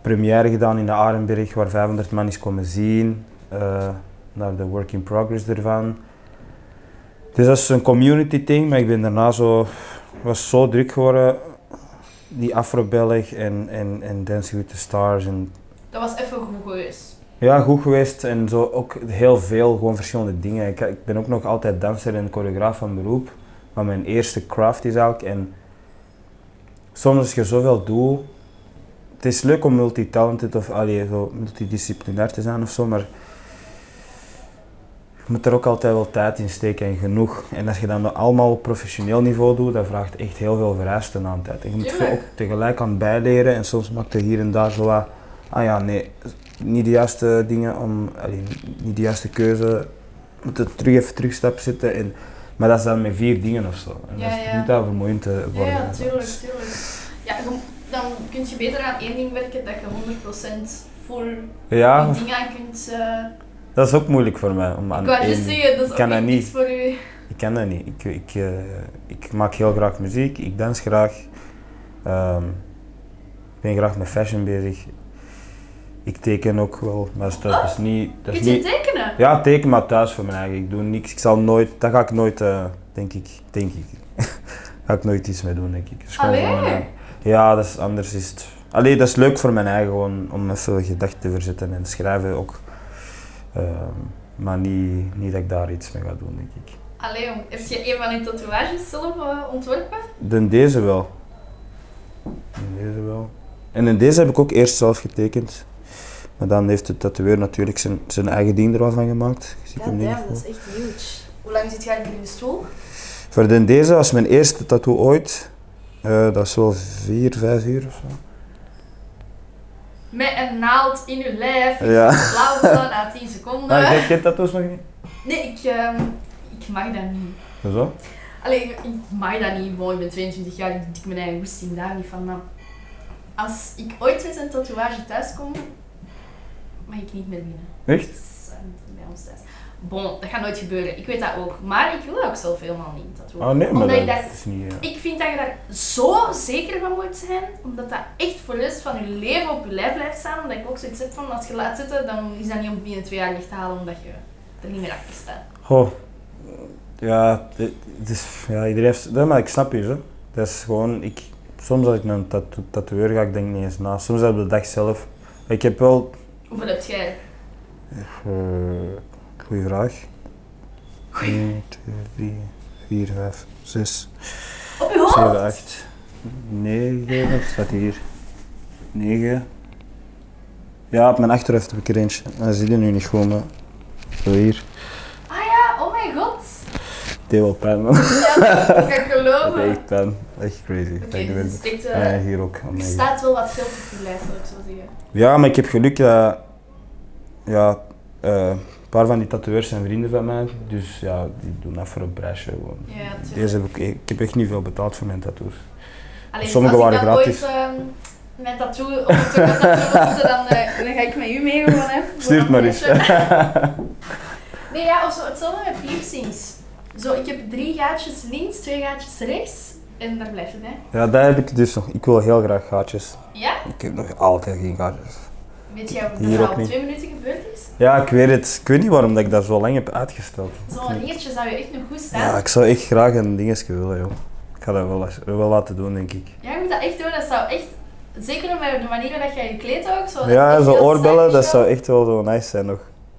S1: première gedaan in de Arenberg, waar 500 man is komen zien. eh, naar de work in progress ervan. Dus dat is een community thing, maar ik ben daarna zo was zo druk geworden, die Afro-Belg en, en, en Dancing with the Stars. En,
S2: Dat was even goed geweest.
S1: ja, goed geweest en zo ook heel veel, gewoon verschillende dingen. Ik, ik ben ook nog altijd danser en choreograaf van beroep, maar mijn eerste craft is eigenlijk. En soms als je zoveel doet, het is leuk om multitalented of allee, zo multidisciplinair te zijn of zo, maar je moet er ook altijd wel tijd in steken en genoeg. En als je dat nou allemaal op professioneel niveau doet, dat vraagt echt heel veel vereisten aan tijd. En je moet veel ook
S2: Tuurlijk.
S1: tegelijk aan bijleren en soms maakt er hier en daar zo wat, ah ja, nee, niet de juiste dingen om, allee, niet de juiste keuze, Je moet er terug even terugstap zitten. En, maar dat is dan met vier dingen of zo. En
S2: Ja,
S1: dat is
S2: ja.
S1: niet dat vermoeiend te
S2: Ja,
S1: worden.
S2: ja, tuurlijk, tuurlijk. Ja, je- dan kun je beter aan één ding werken dat je 100% full
S1: Ja,
S2: die dingen aan kunt. eh,
S1: dat is ook moeilijk voor mij. Om aan
S2: Mm. ik wou
S1: één-
S2: juist zeggen, dat is
S1: Ik kan
S2: ook
S1: dat
S2: echt
S1: niet.
S2: iets voor u.
S1: Ik ken dat niet. Ik, ik, eh, ik maak heel graag muziek, ik dans graag. ehm, ik ben graag met fashion bezig. Ik teken ook wel, maar
S2: Oh,
S1: dat is niet... Dat is
S2: Kun je
S1: niet
S2: tekenen?
S1: ja, teken maar thuis voor mij eigenlijk. Ik doe niks. Ik zal nooit... Dat ga ik nooit, eh, denk ik. Denk ik. ga ik nooit iets mee doen, denk ik. Dat is gewoon voor
S2: Allee?
S1: mijn eigen- Ja, dat is anders is het... Allee, dat is leuk voor mijn eigen gewoon, om even gedachten te verzetten en schrijven ook. Ehm, maar niet, niet dat ik daar iets mee ga doen, denk ik.
S2: Allee, jong, heb je een van je tatoeages zelf eh, ontworpen?
S1: Dan deze wel. Dan deze wel. En in deze heb ik ook eerst zelf getekend. Maar dan heeft de tatoeëer natuurlijk zijn, zijn eigen ding er wel van gemaakt. Je ziet hem niet echt wel.
S2: echt huge. Hoe lang zit jij in de stoel?
S1: Voor de deze was mijn eerste tattoo ooit. Eh, dat is wel vier, vijf uur of zo.
S2: Met een naald in je lijf.
S1: Ja.
S2: Blauw blauw na 10 seconden.
S1: Maar je hebt Ah, tattoos nog niet?
S2: Nee, ik, ehm, ik mag dat niet.
S1: Zo?
S2: Allee, ik ik mag dat niet. Mooi, ik ben 22 jaar, ik dik mijn eigen woesting daar niet van. Maar als ik ooit met een tatoeage thuis kom, mag ik niet meer binnen.
S1: Echt?
S2: Dus, eh, en niet bij ons thuis. Bon, dat gaat nooit gebeuren. Ik weet dat ook. Maar ik wil dat ook zelf helemaal niet. Dat
S1: Ah nee, maar
S2: Omdat
S1: dat,
S2: ik dat
S1: is niet... eh,
S2: ik vind dat je daar zo zeker van moet zijn, omdat dat echt voor de rest van je leven op je lijf blijft staan. Omdat ik ook zoiets heb van, als je laat zitten, dan is dat niet om binnen twee jaar licht te halen, omdat je er niet meer achter staat.
S1: Goh. Ja, het het is, ja, iedereen heeft... Dat, maar ik snap je, zo. Dat is gewoon... Ik, soms als ik naar een tattoo, tatoeëur ga, ik denk niet eens na. Soms op de dag zelf. Ik heb wel...
S2: Hoeveel heb jij?
S1: eh goeie vraag. 1, 2, 3, 4, 5, 6,
S2: Op je hoofd?
S1: 7, 8, 9... Wat staat hier? 9... Ja, op mijn achterhoofd heb ik er eentje. Dat zie je nu niet gewoon, maar... Zo hier.
S2: Ah ja, oh mijn god.
S1: Het deed wel pijn, man.
S2: Oh. Ik kan
S1: Dat deed
S2: geloven.
S1: echt pijn. Echt crazy. Dat
S2: Oké,
S1: ik
S2: dus
S1: ben-
S2: het is echt,
S1: Ja,
S2: eh,
S1: hier ook.
S2: er
S1: Amai.
S2: staat wel wat geld op je lijf, zou ik zo zeggen.
S1: Ja, maar ik heb geluk dat... Ja, eh, een paar van die tatoeërs zijn vrienden van mij. Dus ja, die doen dat voor een prijsje gewoon.
S2: Ja, tuurlijk.
S1: Deze heb ik, ik heb echt niet veel betaald voor mijn tattoos.
S2: Allee,
S1: sommige
S2: dus als
S1: waren
S2: ik dan
S1: gratis.
S2: ooit ehm, mijn tattoo op het tattoo wil zetten, dan, eh, dan ga ik met u mee gewoon even. voor
S1: Stuur het
S2: een
S1: maar eens.
S2: feestje. nee, ja, of zo, hetzelfde met piercings. Zo, ik heb drie gaatjes links, twee gaatjes rechts en daar blijft het bij.
S1: Ja, dat heb ik dus nog. Ik wil heel graag gaatjes.
S2: Ja?
S1: Ik heb nog altijd geen dus. gaatjes.
S2: Weet jij wat
S1: Hier
S2: er
S1: ook
S2: al
S1: niet.
S2: twee minuten gebeurd is?
S1: Ja, ik weet het. Ik weet niet waarom dat ik dat zo lang heb uitgesteld.
S2: Zo'n eertje zou je echt nog goed staan.
S1: Ja, ik zou echt graag een dingetje willen, joh. Ik ga dat wel, eens- wel laten doen, denk ik.
S2: Ja, je moet dat echt doen. Dat zou echt, zeker met de manier waarop jij je kleedt ook. Zo, dat is
S1: Ja,
S2: echt
S1: zo'n
S2: heel
S1: oorbellen,
S2: sterk
S1: dat
S2: zo.
S1: zou echt wel zo nice zijn nog.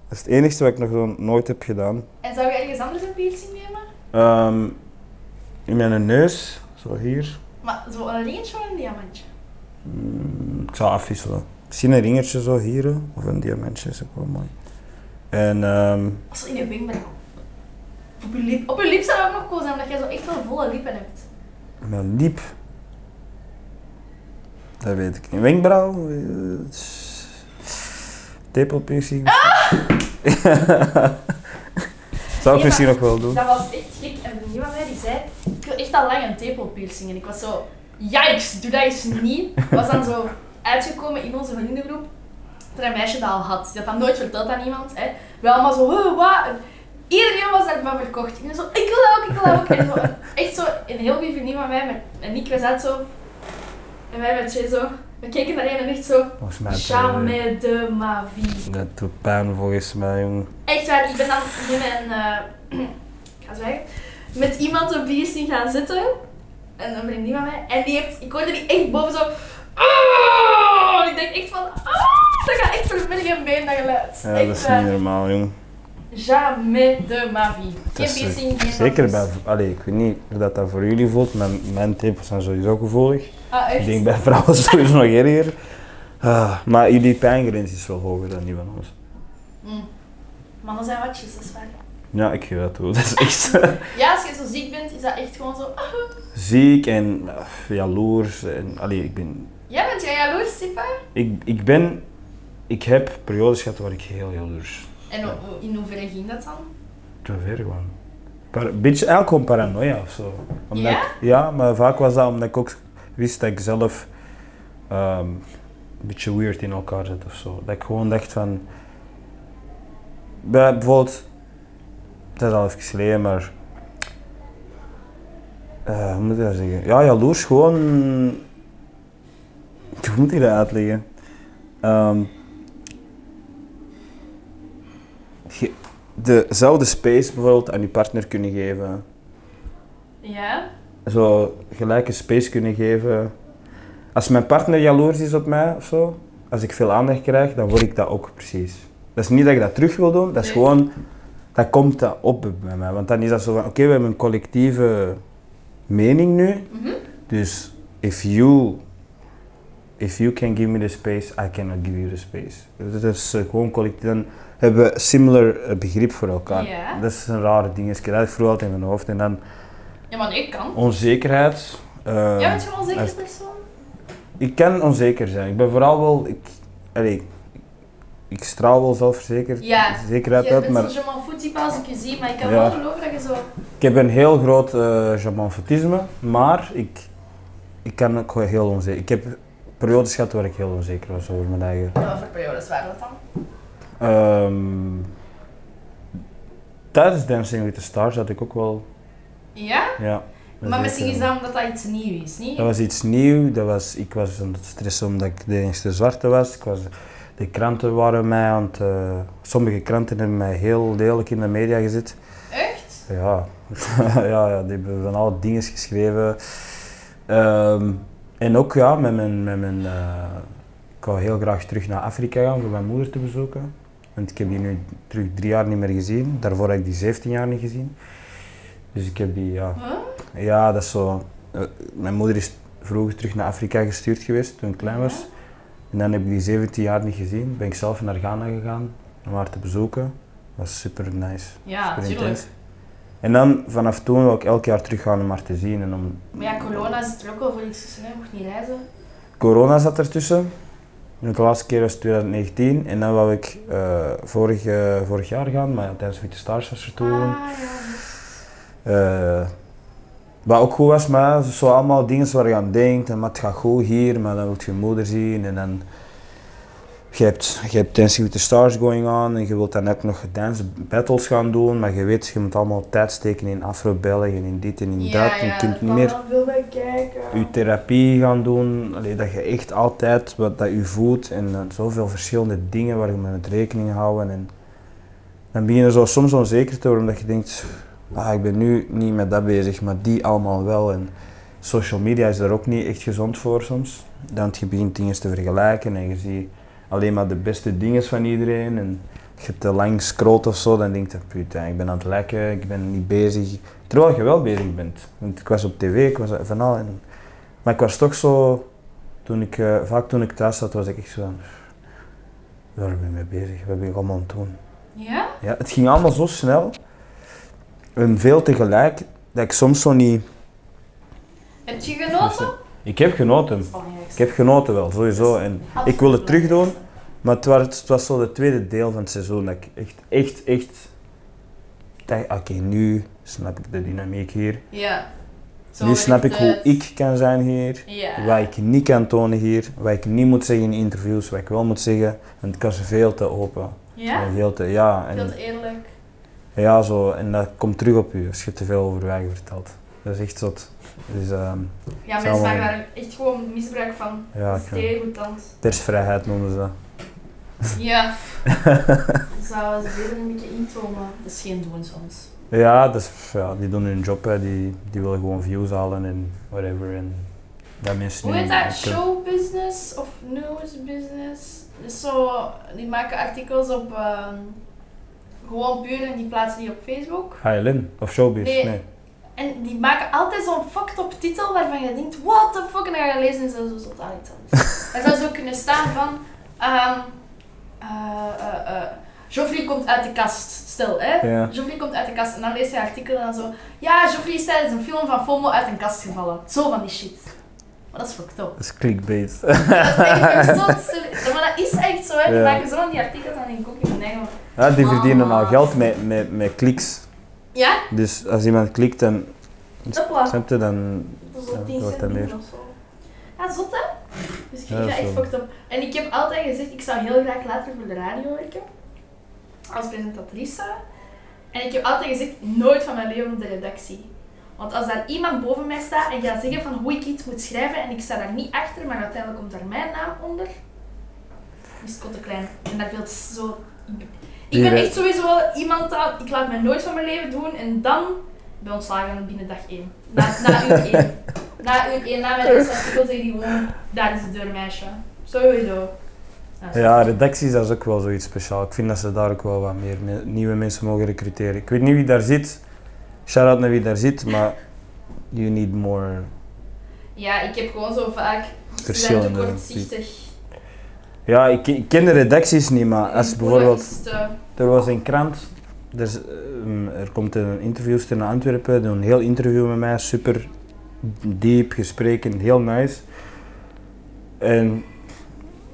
S1: Dat is het enige wat ik nog zo nooit heb gedaan.
S2: En zou je ergens anders een piercing nemen?
S1: Ehm, in mijn neus, zo hier.
S2: Maar zo'n ringetje of een diamantje?
S1: Mm, ik zou afwisselen. Misschien een ringertje zo hier, hè, of een diamantje is ook wel mooi. En ehm,
S2: Als in je wenkbrauw. Of Op je lip. Op je lip zou dat ook nog cool zijn, omdat jij zo echt wel volle lippen hebt.
S1: mijn lip. Dat weet ik niet. Wenkbrauw. eh, Tepelpiercing. zou ik
S2: Ah! Ja,
S1: misschien nog wel doen.
S2: Dat was echt gek. En een van mij die zei, ik wil echt al lang een tepelpiercing. En ik was zo, yikes, doe dat eens niet. Was dan zo uitgekomen in onze vriendengroep. Dat een meisje dat al had. Die had dat nooit verteld aan iemand. Hè. Wij allemaal zo, huh, wat? En Iedereen was daarvan verkocht. En zo, ik wil dat ook, ik wil dat ook. En zo, echt zo, een heel goede vriendin van mij. Met, en ik was uit zo. En wij met Jay zo. We keken naar één en echt zo,
S1: Volgens mij.
S2: jamais de ma vie.
S1: Dat doet pijn volgens mij, jongen.
S2: Echt waar, dus ik ben dan met mijn, eh, ik ga zwijgen, met iemand op piercing gaan zitten. En een vriendin van mij. En die heeft, ik hoorde die echt boven zo. "Ah!" Ik denk echt van, "Ah!" dat gaat echt voor midden en been dat geluid.
S1: Ja,
S2: echt
S1: dat is
S2: waar.
S1: niet normaal, jongen.
S2: Jamais de ma vie.
S1: Het
S2: Geen
S1: is, eh,
S2: piercing, geen
S1: Zeker bij,
S2: tattoos.
S1: allee, ik weet niet hoe dat, dat voor jullie voelt, maar mijn tepels zijn sowieso gevoelig.
S2: Ah, echt?
S1: Ik denk bij vrouwen sowieso nog erger. Ah, maar jullie pijngrens is wel hoger dan die van ons.
S2: Mm. Mannen zijn watjes, dat is waar.
S1: Ja, ik geef dat toe. Dat is echt
S2: Ja, als je zo ziek bent, is dat echt gewoon zo. "Ah."
S1: ziek en ah, jaloers. En, allee, ik, ben,
S2: Ja, bent jij jaloers, Sipa?
S1: ik, ik ben... Ik heb periodes gehad waar ik heel jaloers...
S2: En ho- in hoeverre ging dat dan?
S1: Te ver gewoon. Par, een beetje, eigenlijk gewoon paranoia of zo. Omdat
S2: Ja?
S1: Ik, ja, maar vaak was dat omdat ik ook wist dat ik zelf ehm, een beetje weird in elkaar zit of zo. Dat ik gewoon dacht van. Bij, bijvoorbeeld, dat is al even geleden, maar. eh, hoe moet ik dat zeggen? Ja, jaloers gewoon. Hoe moet ik dat uitleggen? Ehm, ge- dezelfde space bijvoorbeeld aan je partner kunnen geven
S2: Ja?
S1: zo gelijke space kunnen geven. Als mijn partner jaloers is op mij of zo, als ik veel aandacht krijg, dan word ik dat ook precies. Dat is niet dat ik dat terug wil doen, dat is
S2: Nee.
S1: gewoon, dat komt dat op bij mij. Want dan is dat zo van, oké, we hebben een collectieve mening nu,
S2: Mhm.
S1: dus if you, if you can give me the space, I cannot give you the space. Dat is eh, gewoon collectief, dan hebben we similar eh, begrip voor elkaar.
S2: Ja.
S1: Dat is een rare dingetje, dat had ik vroeger altijd in mijn hoofd. En dan
S2: Ja, maar nee, ik kan.
S1: Onzekerheid. eh,
S2: Jij bent gewoon een zekere
S1: als-
S2: persoon?
S1: Ik kan onzeker zijn. Ik ben vooral wel. Ik, allee, ik, ik straal wel zelfverzekerd.
S2: Ja.
S1: Zekerheid
S2: Je
S1: uit, maar
S2: bent zo'n je m'en fout type als ik je zie, maar ik kan
S1: Ja.
S2: wel geloven dat je zo...
S1: ik heb een heel groot eh jamanfoutisme, maar ik, ik kan ook wel heel onzeker. Ik heb periodes gehad waar ik heel onzeker was over mijn eigen.
S2: Ja, Wat voor periodes waren dat dan?
S1: Ehm, tijdens Dancing with the Stars had ik ook wel,
S2: Ja?
S1: ja. dat
S2: Maar
S1: is
S2: misschien
S1: echt,
S2: is
S1: eh,
S2: dat omdat dat iets nieuws is, niet?
S1: Dat was iets nieuws. Dat was, ik was aan het stressen omdat ik de enige zwarte was. Ik was. De kranten waren mij aan het... eh, sommige kranten hebben mij heel lelijk in de media gezet.
S2: Echt?
S1: Ja, ja, ja die hebben van alle dingen geschreven. Ehm, en ook ja, met mijn... Met mijn eh, ik wou heel graag terug naar Afrika gaan voor mijn moeder te bezoeken. Want ik heb die nu terug drie jaar niet meer gezien. Daarvoor heb ik die 17 jaar niet gezien. Dus ik heb die, ja,
S2: Huh?
S1: ja, dat is zo. Eh, Mijn moeder is vroeger terug naar Afrika gestuurd geweest toen ik klein was. En dan heb ik die 17 jaar niet gezien. Ben ik zelf naar Ghana gegaan om haar te bezoeken. was super nice.
S2: Ja,
S1: super
S2: natuurlijk.
S1: En dan vanaf toen wil ik elk jaar terug gaan om haar te zien. En om...
S2: Maar ja, corona zit er ook wel voor iets tussen, hè. Je mocht niet reizen.
S1: Corona zat ertussen. En de laatste keer was 2019. En dan wou ik eh, vorig, eh, vorig jaar gaan, maar ja, tijdens Witte Stars was er toen.
S2: Ah, ja.
S1: Eh, wat ook goed was, maar zo allemaal dingen waar je aan denkt. En, maar het gaat goed hier, maar dan wil je moeder zien. En dan, je hebt, je hebt Dancing with the Stars going on. En je wilt dan ook nog dance battles gaan doen. Maar je weet, je moet allemaal tijd steken in Afro-België en in dit en in
S2: Ja,
S1: dat. En je
S2: ja,
S1: kunt niet
S2: er kwam
S1: meer
S2: wel veel bij kijken.
S1: je therapie gaan doen. Allee, dat je echt altijd wat dat je voelt en dan zoveel verschillende dingen waar je mee moet rekening houden. En dan begin je zo soms onzeker te worden omdat je denkt, ah, ik ben nu niet met dat bezig, maar die allemaal wel. En social media is daar ook niet echt gezond voor soms. Want je begint dingen te vergelijken en je ziet alleen maar de beste dingen van iedereen. En je te lang scrolt of zo, dan denk je, putain, ik ben aan het lekken, ik ben niet bezig. Terwijl je wel bezig bent. Want ik was op tv, ik was van al. En maar ik was toch zo, toen ik, eh, vaak toen ik thuis zat, was ik echt zo van, waar ben ik mee bezig? Wat ben ik allemaal aan het doen?
S2: Ja?
S1: Ja, het ging allemaal zo snel en veel tegelijk, dat ik soms zo niet...
S2: Heb je genoten? Oh,
S1: Ik heb Dus, eh, genoten. Ik heb genoten wel, sowieso. En, ik wil het terug doen. maar het was, het was zo het tweede deel van het seizoen dat ik echt, echt, echt... dacht, Oké, nu snap ik de dynamiek hier.
S2: Ja. Zo
S1: Nu snap ik
S2: werkt
S1: hoe
S2: het.
S1: ik kan zijn hier.
S2: Ja.
S1: Wat ik niet kan tonen hier, wat ik niet moet zeggen in interviews, wat ik wel moet zeggen. Want ik was veel te open.
S2: Ja?
S1: En veel te, ja,
S2: Veel
S1: en,
S2: te eerlijk.
S1: ja zo, en dat komt terug op u als je te veel over je eigen vertelt. Dat is echt zot. Dus ehm,
S2: Ja,
S1: Zou
S2: mensen
S1: wel-
S2: maken daar echt gewoon misbruik van.
S1: ja, ik, eh,
S2: Stereotant.
S1: persvrijheid noemen ze dat.
S2: Ja. Zouden ze beter een beetje intomen. Dat is geen doen soms.
S1: Ja, dat is, ja die doen hun job, hè. Die, die willen gewoon views halen en whatever. En dat mensen
S2: Hoe heet
S1: niet-
S2: dat?
S1: kunnen-
S2: Showbusiness of newsbusiness? Dus zo, die maken artikels op ehm, gewoon puur en die plaatsen die op Facebook.
S1: HLN of showbiz?
S2: Nee.
S1: Nee.
S2: En die maken altijd zo'n fucked up titel waarvan je denkt, what the fuck, en dan ga je lezen en zo zo totaal iets anders. Daar zou zo kunnen staan van, ehm eh, eh, eh, Joffrey komt uit de kast, stel hè.
S1: Ja.
S2: Joffrey komt uit de kast en dan lees je artikel en dan zo, ja, Joffrey is tijdens een film van FOMO uit een kast gevallen. Zo van die shit. Maar dat is fucked up.
S1: Dat is clickbait.
S2: Dat is echt zo silly. Maar dat is echt zo, hè. Die
S1: Ja.
S2: maken zo van die artikels en dan denk ik ook in mijn eigen...
S1: Ja, die
S2: Ah.
S1: verdienen al geld met, met, met kliks.
S2: Ja?
S1: Dus als iemand klikt, dan
S2: Hopla.
S1: Snap je dan?
S2: Dat is al
S1: Ja,
S2: 10
S1: dat wordt dan
S2: centimeter of zo. Ja, zot hè? Dus ik
S1: Ja,
S2: ga
S1: dat is
S2: echt
S1: wel.
S2: fucked up. En ik heb altijd gezegd, ik zou heel graag later voor de radio werken. Als presentatrice. En ik heb altijd gezegd, nooit van mijn leven op de redactie. Want als daar iemand boven mij staat en gaat zeggen van hoe ik iets moet schrijven en ik sta daar niet achter, maar uiteindelijk komt daar mijn naam onder, is het kot te klein. En dat wil zo... Ik ben
S1: Hier, hè.
S2: echt sowieso wel iemand dat... Ik laat mij nooit van mijn leven doen en dan ben ontslagen binnen dag 1. Na, na uur 1. Na uur 1, na mijn eerste artikel tegen die gewoon, daar is de deur meisje. Sowieso. Nou, zo.
S1: Ja, redacties dat is ook wel zoiets speciaals. Ik vind dat ze daar ook wel wat meer me- nieuwe mensen mogen recruteren. Ik weet niet wie daar zit. Shout out naar wie daar zit, maar you need more.
S2: Ja, ik heb gewoon zo vaak... ze zijn te
S1: Verschillende
S2: kortzichtig.
S1: Ja, ik, ik ken de redacties niet, maar als
S2: En
S1: bijvoorbeeld.
S2: angst, eh,
S1: Er was een krant, er, is, ehm, er komt een interviewster naar Antwerpen, doet een heel interview met mij, super diep, gespreken, heel nice. En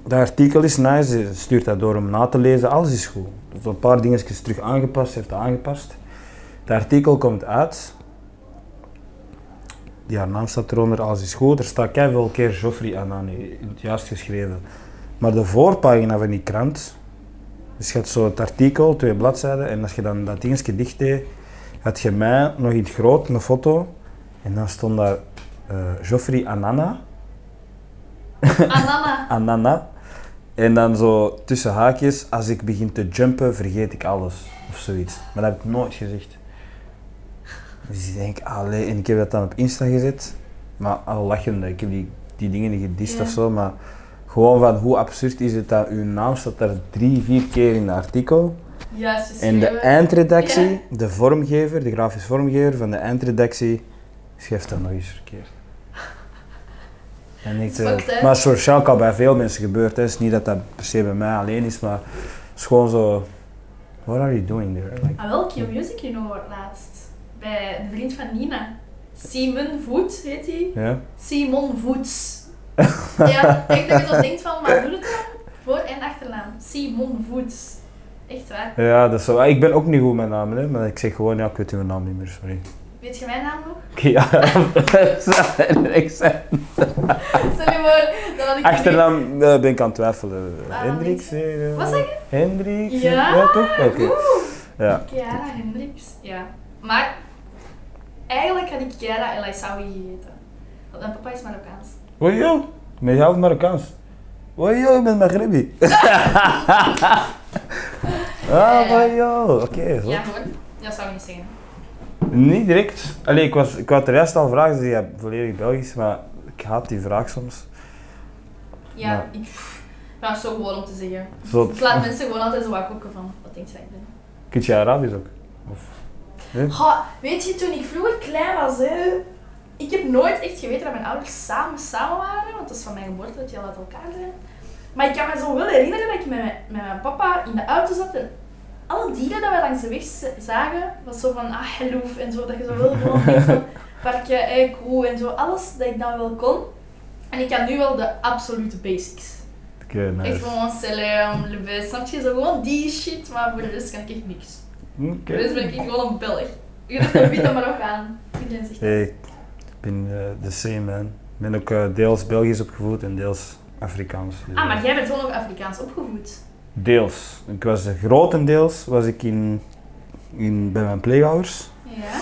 S1: dat artikel is nice, ze stuurt dat door om na te lezen, alles is goed. Dus een paar dingetjes terug aangepast, ze heeft dat aangepast. Het artikel komt uit, die haar naam staat eronder, alles is goed. Er staat keihard keer Joffrey aan, aan, juist geschreven. Maar de voorpagina van die krant Dus je had zo het artikel, twee bladzijden, en als je dan dat dingetje dicht deed, had je mij nog in het groot, een foto, en dan stond daar eh Joffrey Anana.
S2: Anana.
S1: Anana. En dan zo tussen haakjes, als ik begin te jumpen, vergeet ik alles. Of zoiets. Maar dat heb ik nooit gezegd. Dus ik denk, allee, en ik heb dat dan op Insta gezet. Maar al lachende, ik heb die, die dingen niet gedist
S2: Ja.
S1: of zo, maar gewoon van hoe absurd is het dat uw naam staat daar drie, vier keer in het artikel.
S2: Juist geschreven.
S1: En de eindredactie, de vormgever, de grafisch vormgever van de eindredactie, schrijft dat nog eens verkeerd. En ik, eh,
S2: Fucked up.
S1: maar zo'n shock al bij veel mensen gebeurt. hè. Het is niet dat dat per se bij mij alleen is, maar het is gewoon zo... What are you doing there? Like,
S2: Ah, wel, Q Music hier nog hoort laatst. Bij de vriend van Nina. Simon Voet heet hij.
S1: ja?
S2: Simon Voets. ja, ik denk dat je zo denkt van, maar doe het dan? Voor- en achternaam. Simon Voets. Echt waar.
S1: ja, dat is zo. Ah, Ik ben ook niet goed met namen, hè, maar ik zeg gewoon, ja, ik weet uw naam niet meer, sorry.
S2: Weet je mijn naam nog?
S1: Oké, ja, ik zei-
S2: Stel je voor, dan had ik...
S1: Achternaam eh, ben ik aan het twijfelen.
S2: Ah,
S1: Hendricks? eh,
S2: Wat zeg je?
S1: Hendricks? eh,
S2: Ja,
S1: toch? Oké. Ja.
S2: Kiara Hendricks. Ja. Maar, eigenlijk had ik Kiara El Aissaoui gegeten. Want mijn papa is Marokkaans.
S1: Oei joh, met jou of Marokkaans? Oei joh, ik ben Maghrebi. ah, oei joh, oké. zo.
S2: Ja hoor, dat zou ik niet zeggen.
S1: Niet direct. Allee, ik, was, ik had de rest al vragen, die ja, volledig Belgisch, maar ik haat die vraag soms.
S2: Ja,
S1: Maar-
S2: ik... Nou, zo gewoon om te zeggen.
S1: Zo,
S2: Ik laat mensen gewoon altijd zo wat koken van, wat denk je dat ik ben?
S1: Kun je Arabisch ook? Of, nee?
S2: Goh, weet je, toen ik vroeger klein was, hè, ik heb nooit echt geweten dat mijn ouders samen samen waren, want dat is van mijn geboorte dat je al uit elkaar zijn. Maar ik kan me zo wel herinneren dat ik met mijn, met mijn papa in de auto zat en alle dieren dat wij langs de weg z- zagen, was zo van, ah, helloef en zo, dat je zo wel gewoon denkt van, parkje, eh, koe en zo, alles dat ik dan wel kon. En ik kan nu wel de absolute basics.
S1: Oké, nice.
S2: Echt gewoon salam, lebes, snap je? Zo gewoon die shit, maar voor de rest kan ik echt niks.
S1: Hm, Oké.
S2: Voor de rest ben ik echt gewoon een Belg. Je hebt een witte Marokkaan. Iedereen zegt dat.
S1: Hey, ik ben eh, de same man. Ik ben ook eh, deels Belgisch opgevoed en deels Afrikaans. Dus,
S2: Ah, maar jij bent wel nog Afrikaans opgevoed.
S1: Deels. Ik was grotendeels was ik in, in, bij mijn pleegouders.
S2: Ja?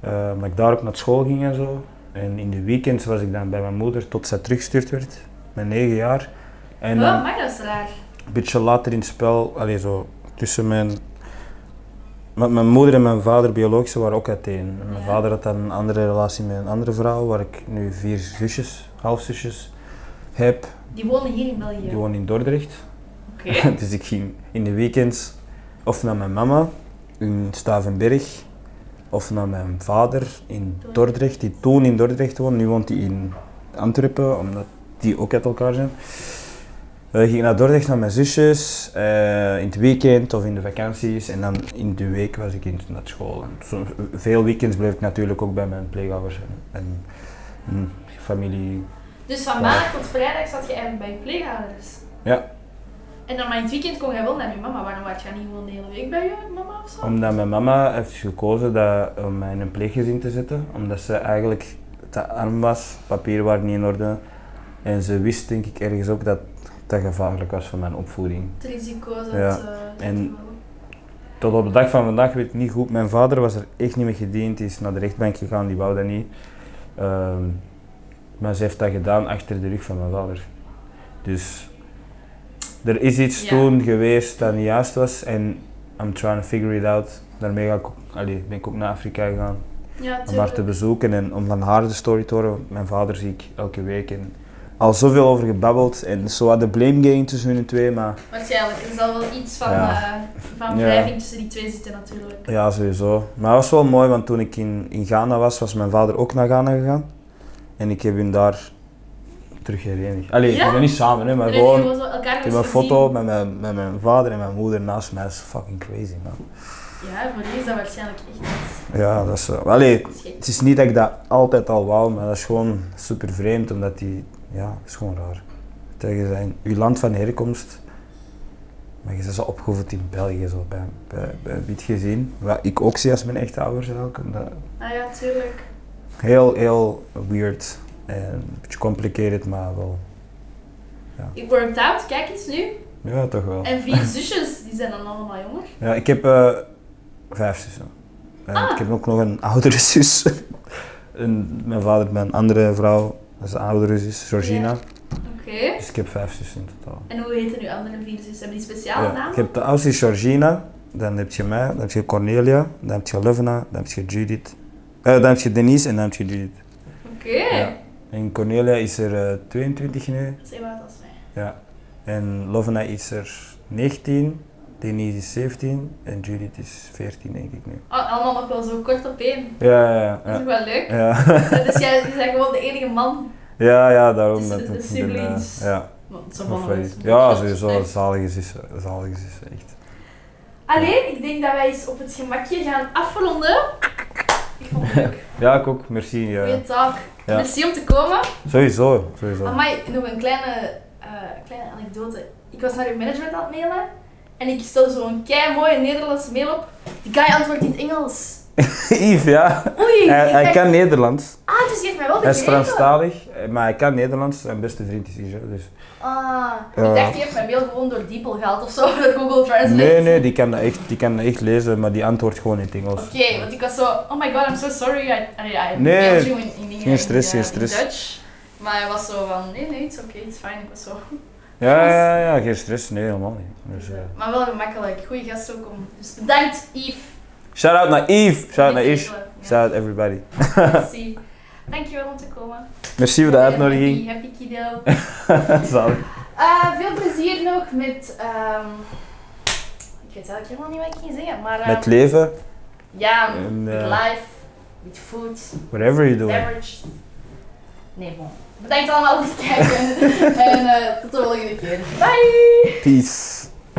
S1: Eh, omdat ik daar ook naar school ging en zo. En in de weekends was ik dan bij mijn moeder tot zij teruggestuurd werd, met negen jaar. En dan
S2: oh, maar dat is raar.
S1: een beetje later in het spel, allee, zo tussen mijn. Want mijn moeder en mijn vader, biologisch, waren ook uiteen. En Mijn
S2: Ja.
S1: vader had dan een andere relatie met een andere vrouw, waar ik nu vier zusjes, halfzusjes heb.
S2: Die wonen hier in België.
S1: Die wonen in Dordrecht.
S2: Oké.
S1: dus ik ging in de weekends of naar mijn mama in Stavenberg of naar mijn vader in Dordrecht, die toen in Dordrecht woonde. Nu woont hij in Antwerpen, omdat die ook uit elkaar zijn. Eh, ging ik naar Dordrecht naar mijn zusjes eh, in het weekend of in de vakanties. En dan in de week was ik in, naar school. En soms, veel weekends bleef ik natuurlijk ook bij mijn pleegouders en, en, mm, familie.
S2: Dus van maandag tot vrijdag zat je eigenlijk bij je pleegouders.
S1: Ja.
S2: En dan maar in het weekend kon jij wel naar je mama. Waarom was jij niet gewoon de hele week bij je mama of zo?
S1: Omdat mijn mama heeft gekozen dat, om mij in een pleeggezin te zetten, omdat ze eigenlijk te arm was, papieren waren niet in orde. En ze wist denk ik ergens ook dat dat gevaarlijk was voor mijn opvoeding.
S2: Het risico dat...
S1: Ja.
S2: eh, dat
S1: En-
S2: je wel-
S1: Tot op de dag van vandaag weet ik niet goed. Mijn vader was er echt niet mee gediend, die is naar de rechtbank gegaan, die wou dat niet. Ehm, maar ze heeft dat gedaan achter de rug van mijn vader. Dus er is iets
S2: Ja.
S1: toen geweest dat niet juist was en I'm trying to figure it out. Daarmee ga ik ook, allee, ben ik ook naar Afrika gegaan.
S2: Ja,
S1: om haar te
S2: tuurlijk.
S1: bezoeken en om van haar de story te horen. want Mijn vader zie ik elke week en al zoveel over gebabbeld en zo wat de blame game tussen hun twee, maar
S2: Waarschijnlijk. Er zal wel iets van,
S1: Ja.
S2: eh, van
S1: Ja.
S2: wrijving tussen die twee zitten natuurlijk.
S1: ja, sowieso. Maar het was wel mooi, want toen ik in, in Ghana was, was mijn vader ook naar Ghana gegaan en ik heb hem daar terug herenigd. Allee,
S2: Ja?
S1: we zijn niet samen, hè, maar
S2: Maar
S1: gewoon,
S2: gewoon zo elkaar
S1: ik heb een
S2: moesten
S1: foto met mijn, met mijn vader en mijn moeder naast mij, dat is fucking crazy man.
S2: zien. Ja, voor die is dat waarschijnlijk echt iets
S1: Ja, dat is zo. Allee,
S2: gek.
S1: het is niet dat ik dat altijd al wou, maar dat is gewoon super vreemd, omdat die, ja, is gewoon raar. Tegen zijn, uw land van herkomst, maar je bent zo opgevoed in België, zo bij, bij, bij wit gezien. Wat ik ook zie als mijn echte ouders ook. en dat-
S2: Ah ja, tuurlijk.
S1: Heel, heel weird en een beetje complicated, maar wel,
S2: Ik worked out, kijk eens nu.
S1: ja, toch wel.
S2: En vier zusjes, die die zijn dan allemaal jonger?
S1: Ja, ik heb eh, vijf zussen. En
S2: Ah.
S1: Ik heb ook nog een oudere zus. en mijn vader, mijn andere vrouw, dat is een oudere zus, Georgina.
S2: Ja. Oké.
S1: Dus ik heb vijf zussen in totaal.
S2: En hoe heten uw andere vier zussen? Hebben die speciale
S1: Ja,
S2: namen?
S1: ik heb de oudste is Georgina, dan heb je mij, dan heb je Cornelia, dan heb je Levna, dan heb je Judith. Eh, dan heb je Denise en dan heb je Judith.
S2: Oké.
S1: Ja. En Cornelia is er eh, 22 nu.
S2: Dat is even wat als mij.
S1: En Lovna is er 19, Denise is 17 en Judith is 14 denk ik nu.
S2: Oh, allemaal nog wel zo kort op één.
S1: Ja, ja,
S2: Dat is
S1: ja.
S2: toch wel leuk.
S1: Ja,
S2: dus jij jij bent gewoon de enige man.
S1: ja, ja daarom.
S2: Dus de- de
S1: ik ben, eh,
S2: siblings.
S1: ja,
S2: Want zo
S1: of
S2: van
S1: wel-
S2: alles.
S1: ja, sowieso.
S2: Nee.
S1: Zalige zussen, zalige zussen, echt.
S2: Allee, ik denk dat wij eens op het gemakje gaan afronden. Ik vond het leuk.
S1: Ja, ik ook. Merci. ja.
S2: Goeie talk.
S1: Ja.
S2: Merci om te komen.
S1: Sowieso, sowieso.
S2: Amai, nog een kleine, eh, kleine anekdote. Ik was naar uw management aan het mailen en ik stel zo'n kei mooie Nederlandse mail op. Die guy antwoordt in het Engels.
S1: Yves, ja.
S2: Oei!
S1: Hij,
S2: ik
S1: hij
S2: dacht,
S1: kan Nederlands.
S2: Ah, dus die heeft mij wel
S1: Hij is
S2: begrepen.
S1: Franstalig, eh, maar hij kan Nederlands. Zijn beste vriend is hier, hè, dus.
S2: Ah,
S1: Ja.
S2: ik dacht, die heeft mijn mail gewoon door Diepel gehaald of zo, door Google Translate.
S1: Nee, nee, die kan dat echt, die kan dat echt lezen, maar die antwoordt gewoon in het Engels.
S2: Oké, want ik was zo, oh my god, I'm so sorry, I, I, I
S1: Nee,
S2: mailed you in, in English,
S1: geen stress,
S2: in, eh,
S1: geen stress.
S2: in Dutch. Maar hij was zo van, nee, nee, it's okay, it's fine. Ik was zo,
S1: Ja, ja, ja, geen stress. Nee, helemaal niet. Dus, eh,
S2: maar wel gemakkelijk. Goeie gast ook om. Dus bedankt, Yves.
S1: Shout out naar Yves, shout out naar Ish,
S2: Ja.
S1: shout out everybody.
S2: Merci. Dankjewel om te komen. Eh,
S1: Merci voor de uitnodiging.
S2: Happy, happy kiddo.
S1: Zalig.
S2: Eh, veel plezier nog met... ehm, ik weet eigenlijk helemaal niet wat ik ging zeggen, maar... ehm,
S1: Met leven,
S2: ja,
S1: en,
S2: met
S1: eh,
S2: life, met food,
S1: whatever you doing.
S2: beverage. Nee, bon. Bedankt allemaal om te kijken. en eh, tot de volgende keer. Bye!
S1: Peace.